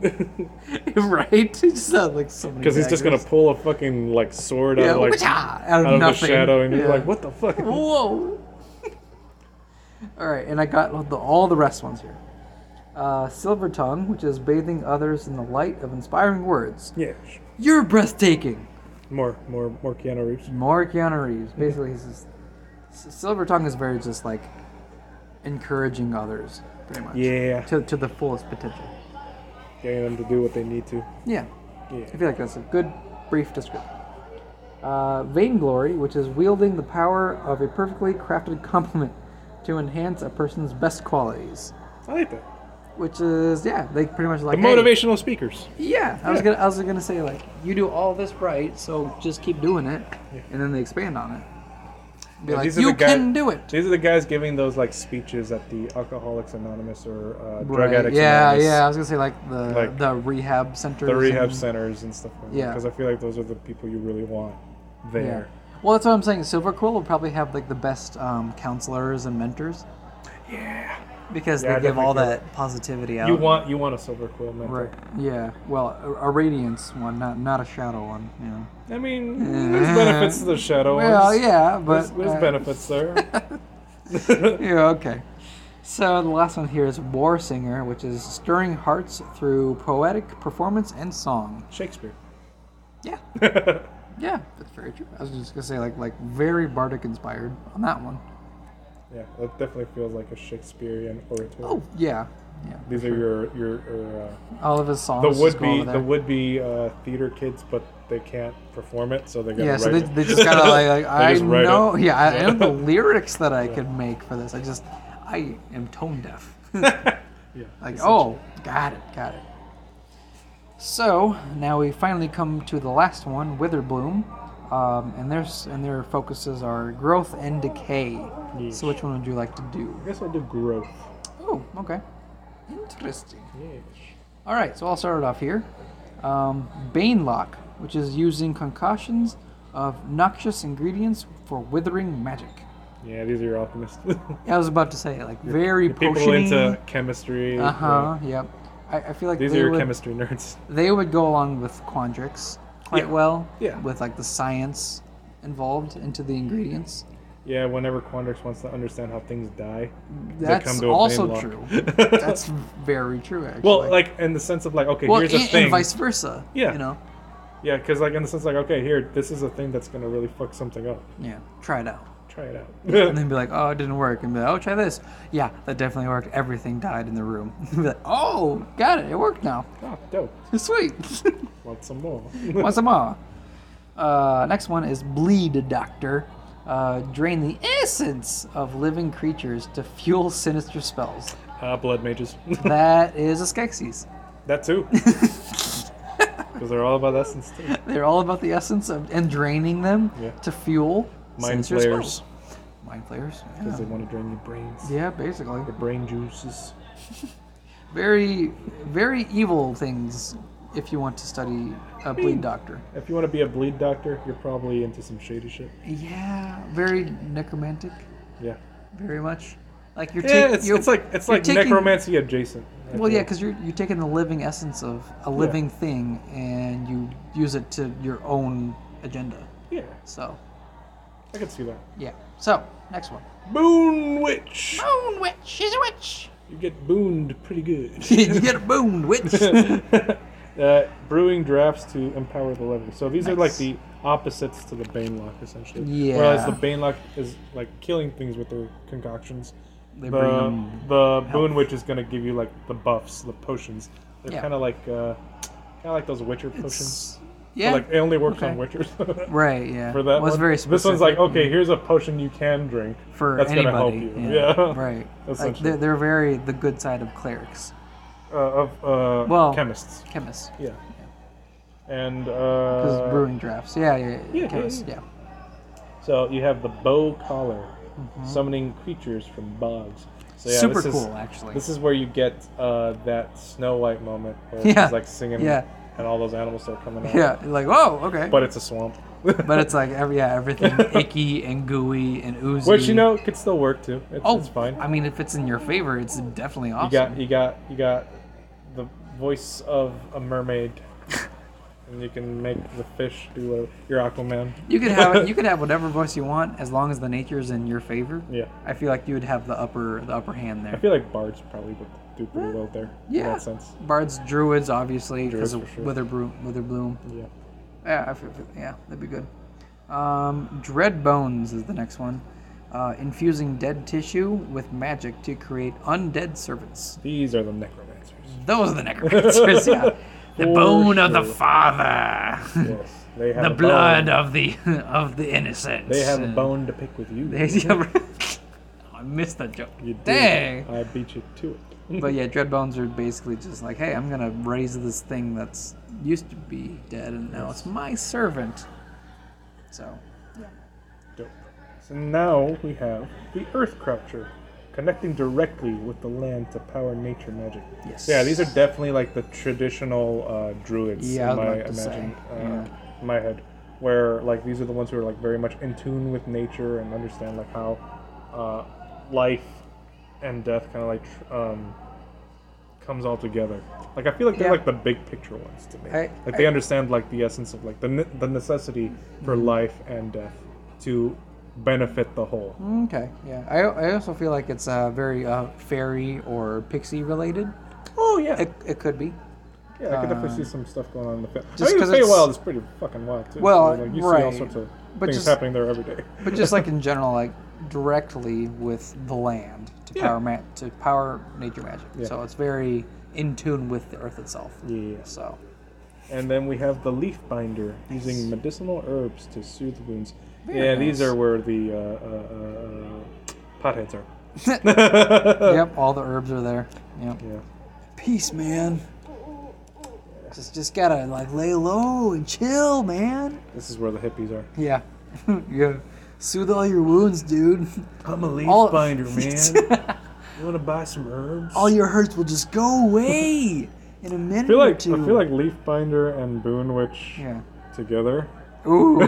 A: right? It just sounds like so many
B: because he's just gonna
A: daggers.
B: pull a fucking like sword
A: yeah,
B: out of like
A: witcha!
B: out
A: out of,
B: of the
A: nothing.
B: shadow, and
A: yeah.
B: you're like, what the fuck?
A: Whoa. all right, and I got the, all the rest ones here. Uh, Silver Tongue, which is bathing others in the light of inspiring words.
B: Yeah, sh-
A: You're breathtaking.
B: more more more Keanu Reeves.
A: More Keanu Reeves. Basically, he's just, S- Silver Tongue is very just like encouraging others, pretty much.
B: Yeah,
A: To, to the fullest potential.
B: getting them to do what they need to.
A: Yeah.
B: Yeah.
A: I feel like that's a good, brief description. Uh, vainglory, which is wielding the power of a perfectly crafted compliment to enhance a person's best qualities.
B: I like that.
A: Which is, yeah, they pretty much like
B: The
A: hey,
B: motivational speakers.
A: Yeah, I was
B: Yeah.
A: gonna, I was gonna say like, you do all this right, so just keep doing it, and then they expand on it. Be
B: Yeah,
A: like,
B: these are the
A: you
B: guy-
A: can do it.
B: These are the guys giving those like speeches at the Alcoholics Anonymous or uh, Drug
A: Right,
B: Addicts
A: Yeah,
B: Anonymous.
A: yeah. I was gonna say like the
B: Like,
A: the rehab centers.
B: the rehab
A: and-
B: centers and stuff like that.
A: Yeah.
B: Because I feel like those are the people you really want
A: Yeah.
B: there.
A: Well, that's what I'm saying. Silver Quill will probably have like the best um, counselors and mentors. Yeah. Because
B: Yeah, I
A: they give all
B: definitely
A: that positivity out.
B: You want you want a silver quill mentor.
A: Right. Yeah. Well, a, a radiance one, not not a shadow one. You know.
B: I mean, there's benefits to the shadow.
A: Well,
B: ones.
A: yeah, but
B: Oh, There's, there's
A: uh,
B: benefits there.
A: Yeah. Okay. So the last one here is War Singer, which is stirring hearts through poetic performance and song.
B: Shakespeare.
A: Yeah. yeah, that's very true. I was just gonna say like like very bardic inspired on that one.
B: Yeah, that definitely feels like a Shakespearean oratory.
A: Oh yeah, yeah.
B: These are your your, your uh,
A: All of his songs.
B: the
A: just
B: would
A: go
B: be
A: over there.
B: the would be uh, theater kids, but they can't perform it, so they gotta
A: Yeah,
B: write
A: so they,
B: it.
A: they just gotta like, like
B: They
A: I
B: just write it.
A: know, yeah, I
B: Yeah.
A: know the lyrics that I could make for this. I just, I am tone deaf.
B: Yeah.
A: like, oh, got it, got it. So now we finally come to the last one, Witherbloom, um, and there's and their focuses are growth and decay.
B: Yeesh.
A: So which one would you like to do?
B: I guess I'll do growth.
A: Oh, okay, interesting.
B: Yeesh.
A: All right, so I'll start it off here. Um, Banelock, which is using concoctions of noxious ingredients for withering magic.
B: Yeah, these are your alchemists.
A: I was about to say like very
B: Your people
A: potiony.
B: into chemistry.
A: uh huh. Yep. I, I feel like
B: These
A: they
B: are your
A: would,
B: chemistry nerds.
A: they would go along with Quandrix quite
B: Yeah.
A: well.
B: Yeah.
A: With like the science involved into the ingredients.
B: Yeah, whenever Quandrix wants to understand how things die,
A: Mm,
B: they
A: That's
B: come to a
A: also
B: Banelock.
A: true. That's very true. Actually.
B: well, like in the sense of like, okay,
A: well,
B: here's
A: and,
B: a thing.
A: and vice versa.
B: Yeah.
A: You know.
B: yeah, because like in the sense like, okay, here, this is a thing that's gonna really fuck something up.
A: Yeah. Try it out.
B: Try it out.
A: And then be like, oh, it didn't work. And be like, oh, try this. Yeah, that definitely worked. Everything died in the room. be like, oh, got it. It worked now.
B: oh, dope.
A: Sweet.
B: Want some more?
A: Want some more? Uh, next one is Bleed Doctor. Uh, drain the essence of living creatures to fuel sinister spells.
B: Ah, blood mages.
A: That is a Skeksis.
B: that too. Because they're all about essence too.
A: They're all about the essence of and draining them
B: Yeah.
A: to fuel
B: Mind
A: sinister
B: flayers
A: spells. Mind flayers.
B: because they
A: Yeah.
B: want to drain your brains.
A: yeah, basically.
B: Your brain juices.
A: Very, very evil things if you want to study a
B: Hmm.
A: bleed doctor.
B: If you want to be a bleed doctor, you're probably into some shady shit.
A: Yeah, very necromantic,
B: Yeah.
A: very much. Like you're
B: Yeah,
A: ta-
B: it's,
A: you're-
B: it's like it's
A: you're
B: like
A: taking-
B: necromancy adjacent. I
A: Well, yeah,
B: feel.
A: because you're you're taking the living essence of a living thing and you use it to your own agenda.
B: yeah,
A: So
B: I could see that.
A: yeah. So next one.
B: Boon witch,
A: Boon witch. She's a witch.
B: you get booned pretty
A: you
B: good.
A: get a boon witch.
B: uh, brewing drafts to empower the living. So these are like
A: Nice.
B: the opposites to the Banelock, essentially.
A: Yeah.
B: Whereas the Banelock is like killing things with their concoctions.
A: they bring
B: the,
A: 'em-
B: the boon witch is gonna give you like the buffs, the potions. They're
A: Yeah.
B: kind of like uh, kind of like those Witcher potions.
A: It's- Yeah.
B: But, like it only works on
A: Okay.
B: Witchers.
A: right. Yeah.
B: For that
A: was
B: one.
A: very
B: This one's like,
A: specific.
B: okay, here's a potion you can drink.
A: for
B: that's
A: anybody.
B: gonna help you.
A: Yeah,
B: Yeah.
A: right. Like
B: Essentially.
A: they're, they're very the good side of clerics,
B: Uh, of uh,
A: Well-
B: chemists.
A: chemists,
B: Yeah. And
A: because
B: uh,
A: brewing drafts. Yeah, yeah, yeah,
B: yeah,
A: chemists. Yeah.
B: so you have the bow collar, summoning creatures from bogs. So yeah,
A: Mm-hmm. Super
B: this is,
A: cool, actually.
B: This is where you get uh, that Snow White moment where
A: Yeah.
B: she's like singing,
A: Yeah.
B: and all those animals start coming out.
A: yeah, like whoa, okay. But,
B: But it's a swamp.
A: it's like every yeah, everything icky and gooey and oozy.
B: Which you know could still work too. It's,
A: oh,
B: it's fine.
A: I mean, if it's in your favor, it's definitely awesome.
B: You got you got you got the voice of a mermaid, and you can make the fish do a, your Aquaman.
A: You could have you could have whatever voice you want as long as the nature is in your favor.
B: Yeah,
A: I feel like you would have the upper the upper hand
B: I
A: there.
B: feel like bards probably would do pretty well there. in
A: Yeah.
B: that sense.
A: Bards, druids, obviously, because
B: Druids
A: of
B: for sure.
A: Witherbloom, Witherbloom.
B: Yeah,
A: Yeah, I feel, yeah, that'd be good. Um, Dread Bones is the next one. Uh, infusing dead tissue with magic to create undead servants.
B: these are the necromancers.
A: Those are the necromancers, yeah. The
B: For
A: bone of the
B: sure.
A: father,
B: Yes, they have
A: the
B: a
A: blood
B: Bone.
A: of the of the innocent.
B: They have a bone to pick with you.
A: They- yeah, right. I missed that joke.
B: You did.
A: Dang.
B: I beat you to it.
A: But yeah, dread bones are basically just like, hey, I'm gonna raise this thing that's used to be dead, and now it's my servant. So
B: Dope. So now we have the Earth Croucher, connecting directly with the land to power nature magic.
A: yes.
B: Yeah, these are definitely like the traditional uh, druids
A: Yeah, I
B: in
A: was
B: my
A: about to say,
B: imagine, uh,
A: yeah.
B: in my head, where like these are the ones who are like very much in tune with nature and understand like how uh, life and death kind of like tr- um, comes all together. Like I feel like they're
A: Yeah.
B: like the big picture ones to me.
A: I-
B: like
A: I-
B: they understand like the essence of like the ne- the necessity for
A: Mm-hmm.
B: life and death to benefit the whole.
A: Okay, yeah. I, I also feel like it's uh, very uh, fairy or pixie related.
B: Oh yeah,
A: It, it could be.
B: yeah. I could definitely see some stuff going on in the film.
A: just
B: I mean,
A: 'cause
B: the
A: it's-
B: Feywild is pretty fucking wild too.
A: Well,
B: so, like, you see all
A: right,
B: sorts of
A: but
B: things
A: just-
B: happening there every day.
A: But just like in general, like directly with the land to
B: Yeah.
A: power ma- to power nature magic.
B: Yeah.
A: So it's very in tune with the earth itself.
B: Yes.
A: So
B: And then we have the leaf binder using medicinal herbs to soothe wounds.
A: Very
B: yeah, these
A: nice.
B: are where the uh, uh, uh, uh, potheads are. Uh,
A: yep, all the herbs are there. Yep.
B: Yeah.
A: Peace, man. Just just gotta like lay low and chill, man.
B: This is where the hippies are.
A: Yeah. yeah. Soothe all your wounds, dude.
B: I'm a leaf
A: All-
B: binder, man. you want to buy some herbs?
A: all your hurts will just go away in a minute
B: I feel
A: or
B: like
A: two.
B: I feel like leaf binder and boon witch
A: Yeah.
B: together.
A: Ooh.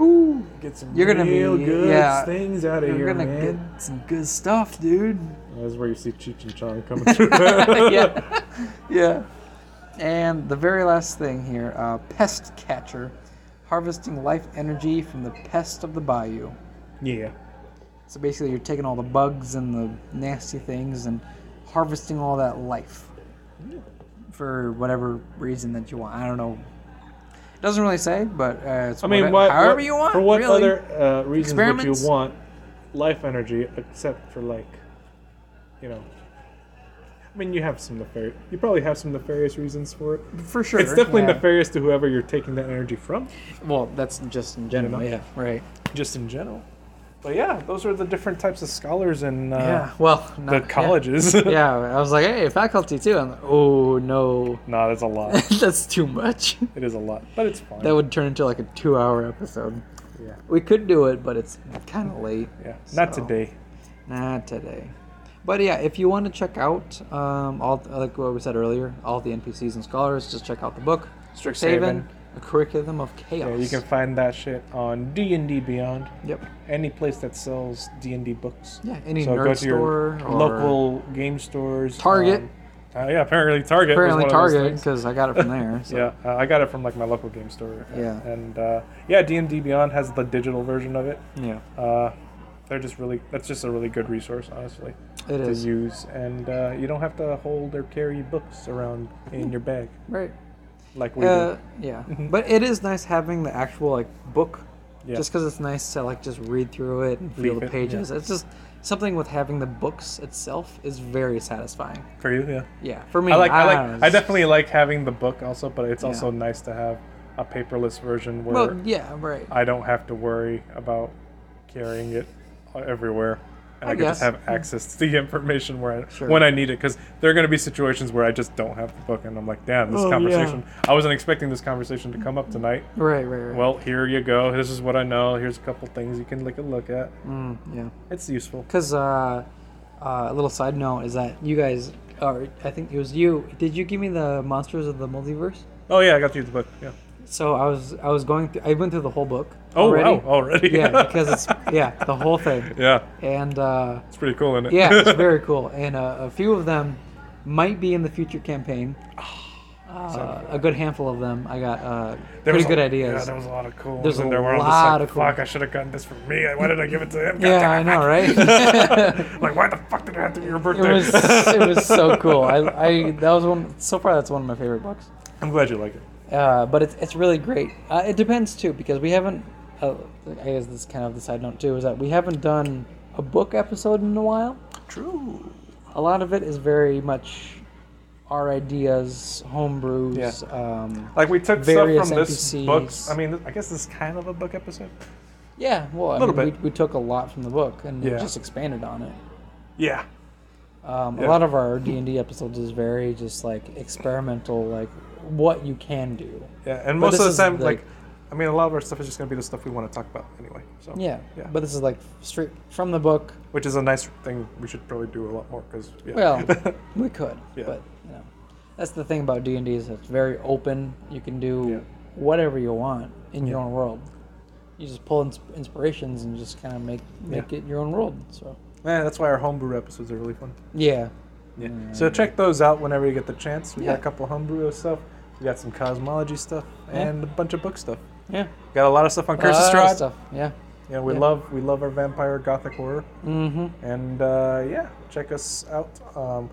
A: Ooh.
B: Get some
A: You're gonna
B: real
A: be-
B: good
A: yeah.
B: things out of
A: You're
B: here,
A: gonna
B: man.
A: get some good stuff, dude.
B: That's where you see Cheech and Chong coming through.
A: yeah. Yeah. And the very last thing here uh, Pest Catcher. Harvesting life energy from the pest of the bayou.
B: yeah.
A: So basically, you're taking all the bugs and the nasty things and harvesting all that life for whatever reason that you want. I don't know. It doesn't really say, but uh, it's
B: I mean,
A: whate-
B: what,
A: however
B: what-
A: you want.
B: For what
A: really.
B: other uh, reasons would you
A: Experiments?
B: want life energy except for like, you know? I mean, you have some nefarious. You probably have some nefarious reasons for it.
A: For sure.
B: It's definitely
A: yeah.
B: nefarious to whoever you're taking that energy from,
A: Well, that's just in general.
B: know?
A: Yeah. Right.
B: just in general. But yeah, those are the different types of scholars and uh,
A: yeah. Well, not,
B: the
A: yeah.
B: colleges.
A: Yeah. I was like, hey, faculty too. I'm like, oh no,
B: nah, that's a lot.
A: that's too much.
B: It is a lot, but it's fine.
A: That would turn into like a two-hour episode.
B: yeah,
A: We could do it, but it's kind of late.
B: yeah. Not
A: So-
B: today.
A: Not today. But yeah, if you want to check out um, all like what we said earlier, all the NPCs and scholars, just check out the book Strixhaven:
B: Strixhaven.
A: A Curriculum of Chaos.
B: Yeah, you can find that shit on D and D Beyond.
A: Yep.
B: Any place that sells D and D books.
A: Yeah. Any
B: so
A: nerd
B: go to
A: store
B: your
A: or
B: local game stores.
A: Target.
B: um, uh, yeah, apparently Target.
A: Apparently
B: was one of those
A: Target
B: things.
A: because I got it from there. So.
B: Yeah, uh, I got it from like my local game store.
A: Yeah.
B: And uh, yeah, D and D Beyond has the digital version of it.
A: Yeah.
B: Uh, they're just really. That's just a really good resource, honestly,
A: It
B: to
A: is
B: use. And uh, you don't have to hold or carry books around
A: Mm-hmm.
B: in your bag
A: right.
B: like we
A: Uh, yeah. but it is nice having the actual like book.
B: Mm-hmm. Yeah.
A: Just because it's nice to like just read through it and feel
B: Leaf
A: the
B: it, yeah.
A: pages. It's just something with having the books itself is very satisfying.
B: do for you. Yeah.
A: Yeah, for me,
B: I like, I
A: don't
B: like,
A: know,
B: I
A: it's-
B: definitely like having the book also, but it's
A: Ah. Yeah.
B: also nice to have a paperless version where
A: Well, yeah, right.
B: I don't have to worry about carrying it everywhere. And
A: I
B: I, can just
A: guess.
B: have access to the information where I,
A: Sure.
B: when I need it, because there are going to be situations where I just don't have the book, and I'm like, damn, this
A: Oh, yeah.
B: conversation. I wasn't expecting this conversation to come up tonight.
A: Right, right, right.
B: Well, here you go. This is what I know. Here's a couple things you can look at. Look at.
A: mm, yeah.
B: It's useful.
A: Because uh, uh, a little side note is that you guys, or I think it was you, did you give me the monsters of the multiverse?
B: Oh yeah, I got to use the book. Yeah.
A: So I was, I was going, through, I went through the whole book.
B: Oh
A: already.
B: wow, already.
A: yeah, because it's yeah the whole thing,
B: yeah,
A: and uh,
B: it's pretty cool, isn't it?
A: yeah, it's very cool. And uh, a few of them might be in the future campaign. Uh, a good handful of them. I got uh,
B: Ah. There
A: pretty
B: was a-
A: good ideas.
B: Yeah, there was a lot of cool.
A: There's
B: ones in
A: a
B: there where I'm just
A: lot
B: like,
A: of cool-
B: Fuck, I should have gotten this for me. Why did I give it to him?
A: yeah, I know, right?
B: like, why the fuck did it have to be your
A: It
B: birthday?
A: was it was so cool. I, I that was one so far that's one of my favorite books.
B: I'm glad you like it.
A: Uh, but it's it's really great. Uh, it depends too because we haven't. Uh, I guess this is kind of the side note too is that we haven't done a book episode in a while.
B: True.
A: A lot of it is very much our ideas, homebrews.
B: Yeah.
A: Um,
B: Like we took
A: Various
B: stuff from this
A: NPCs.
B: book. I mean, I guess this is kind of a book episode.
A: yeah, well, I
B: Little
A: mean,
B: bit.
A: We, we took a lot from the book and
B: Yeah.
A: just expanded on it.
B: Yeah.
A: Um,
B: Yeah.
A: A lot of our D and D episodes is very just like experimental, like what you can do.
B: Yeah, and
A: But
B: most
A: this
B: of
A: is
B: the time,
A: like-
B: like, I mean, a lot of our stuff is just gonna be the stuff we want to talk about anyway. So
A: Yeah,
B: Yeah.
A: but this is like straight from the book.
B: which is a nice thing. We should probably do a lot more because yeah.
A: Well, we could,
B: Yeah.
A: but you know, that's the thing about D and D is it's very open. You can do
B: Yeah.
A: whatever you want in your
B: Yeah.
A: own world. You just pull ins- inspirations and just kind of make make it your own world. So
B: yeah, that's why our homebrew episodes are really fun.
A: yeah,
B: Yeah. So check those out whenever you get the chance. We
A: Mm. Yeah.
B: got a couple homebrew stuff. We got some cosmology stuff
A: Yeah.
B: and a bunch of book stuff.
A: yeah,
B: Got a lot of stuff on Curse of
A: Uh,
B: Strahd.
A: stuff. Yeah.
B: Yeah, we
A: Yeah.
B: love we love our vampire gothic horror.
A: Mm-hmm.
B: And uh, yeah, check us out. Um,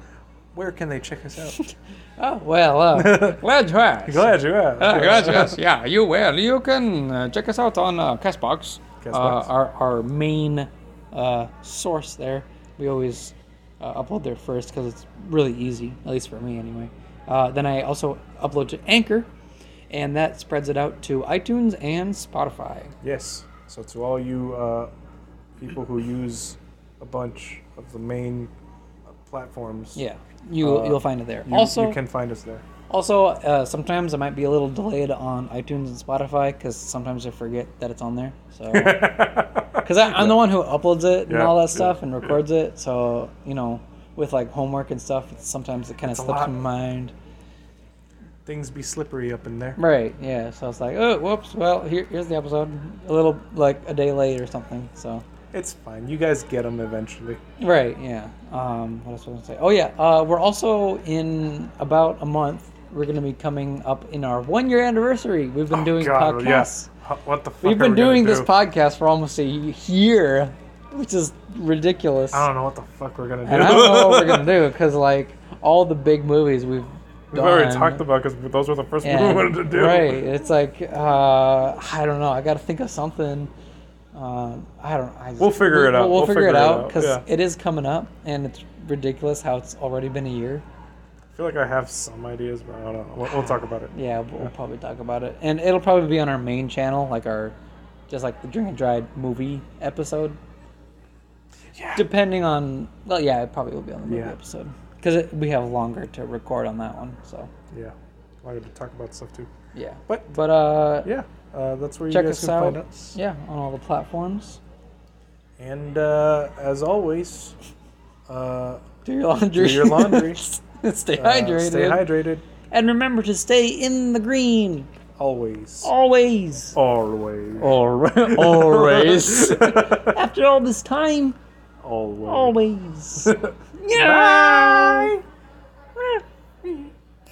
B: where can they check us out?
A: Oh well, uh, glad you asked.
B: Glad you asked.
A: Uh, yes, yes, yeah, you will. You can uh, check us out on uh, Castbox,
B: Castbox.
A: Uh, our, our main uh, source there. We always uh, upload there first because it's really easy, at least for me anyway. Uh, then I also upload to Anchor, and that spreads it out to iTunes and Spotify.
B: Yes. So to all you uh, people who use a bunch of the main platforms.
A: Yeah, you
B: Uh,
A: you'll find it there.
B: You,
A: also,
B: you can find us there.
A: also uh, sometimes it might be a little delayed on iTunes and Spotify because sometimes I forget that it's on there. So because I'm the one who uploads it and
B: Yeah,
A: all
B: yeah,
A: that stuff and records it, so you know with like homework and stuff, it's, sometimes it kind of
B: It's a
A: slips
B: lot.
A: my mind.
B: Things be slippery up in there.
A: Right. Yeah. So it's like, oh, whoops. Well, here, here's the episode. A little like a day late or something. So.
B: It's fine. You guys get them eventually.
A: Right. Yeah. Um, what else was I going to say? Oh yeah. Uh, we're also in about a month. We're going to be coming up in our one year anniversary. We've been doing podcasts.
B: Huh, What the Oh, fuck?
A: We've
B: are
A: been
B: we gonna
A: doing this
B: do?
A: podcast for almost a year, which is ridiculous.
B: I don't know what the fuck we're gonna do.
A: and I don't know what we're gonna do because like all the big movies we've
B: We've already
A: done-
B: talked about because those were the first ones we
A: and-
B: wanted to do.
A: Right. It's like uh, I don't know. I got to think of something. Um, I don't. I
B: We'll figure it out.
A: We'll,
B: We'll
A: figure, it out because
B: yeah.
A: it is coming up, and it's ridiculous how it's already been a year.
B: I feel like I have some ideas, but I don't know. We'll, we'll talk about it.
A: Yeah, but we'll probably talk about it, and it'll probably be on our main channel, like our just like the drink and dried movie episode.
B: Yeah.
A: Depending on, well, yeah, it probably will be on the movie
B: Yeah.
A: episode. 'Cause episode because we have longer to record on that one. So
B: Yeah. I wanted to talk about stuff too.
A: yeah,
B: But
A: but uh,
B: yeah, uh, that's where
A: check
B: you guys
A: us
B: can
A: out.
B: find us.
A: Yeah, on all the platforms.
B: And uh, as always, uh,
A: Do your laundry.
B: Do your laundry.
A: stay
B: uh,
A: hydrated.
B: Stay hydrated.
A: And remember to stay in the green
B: Always.
A: always.
B: Always.
A: Always. After all this time,
B: Always.
A: always.
B: Bye.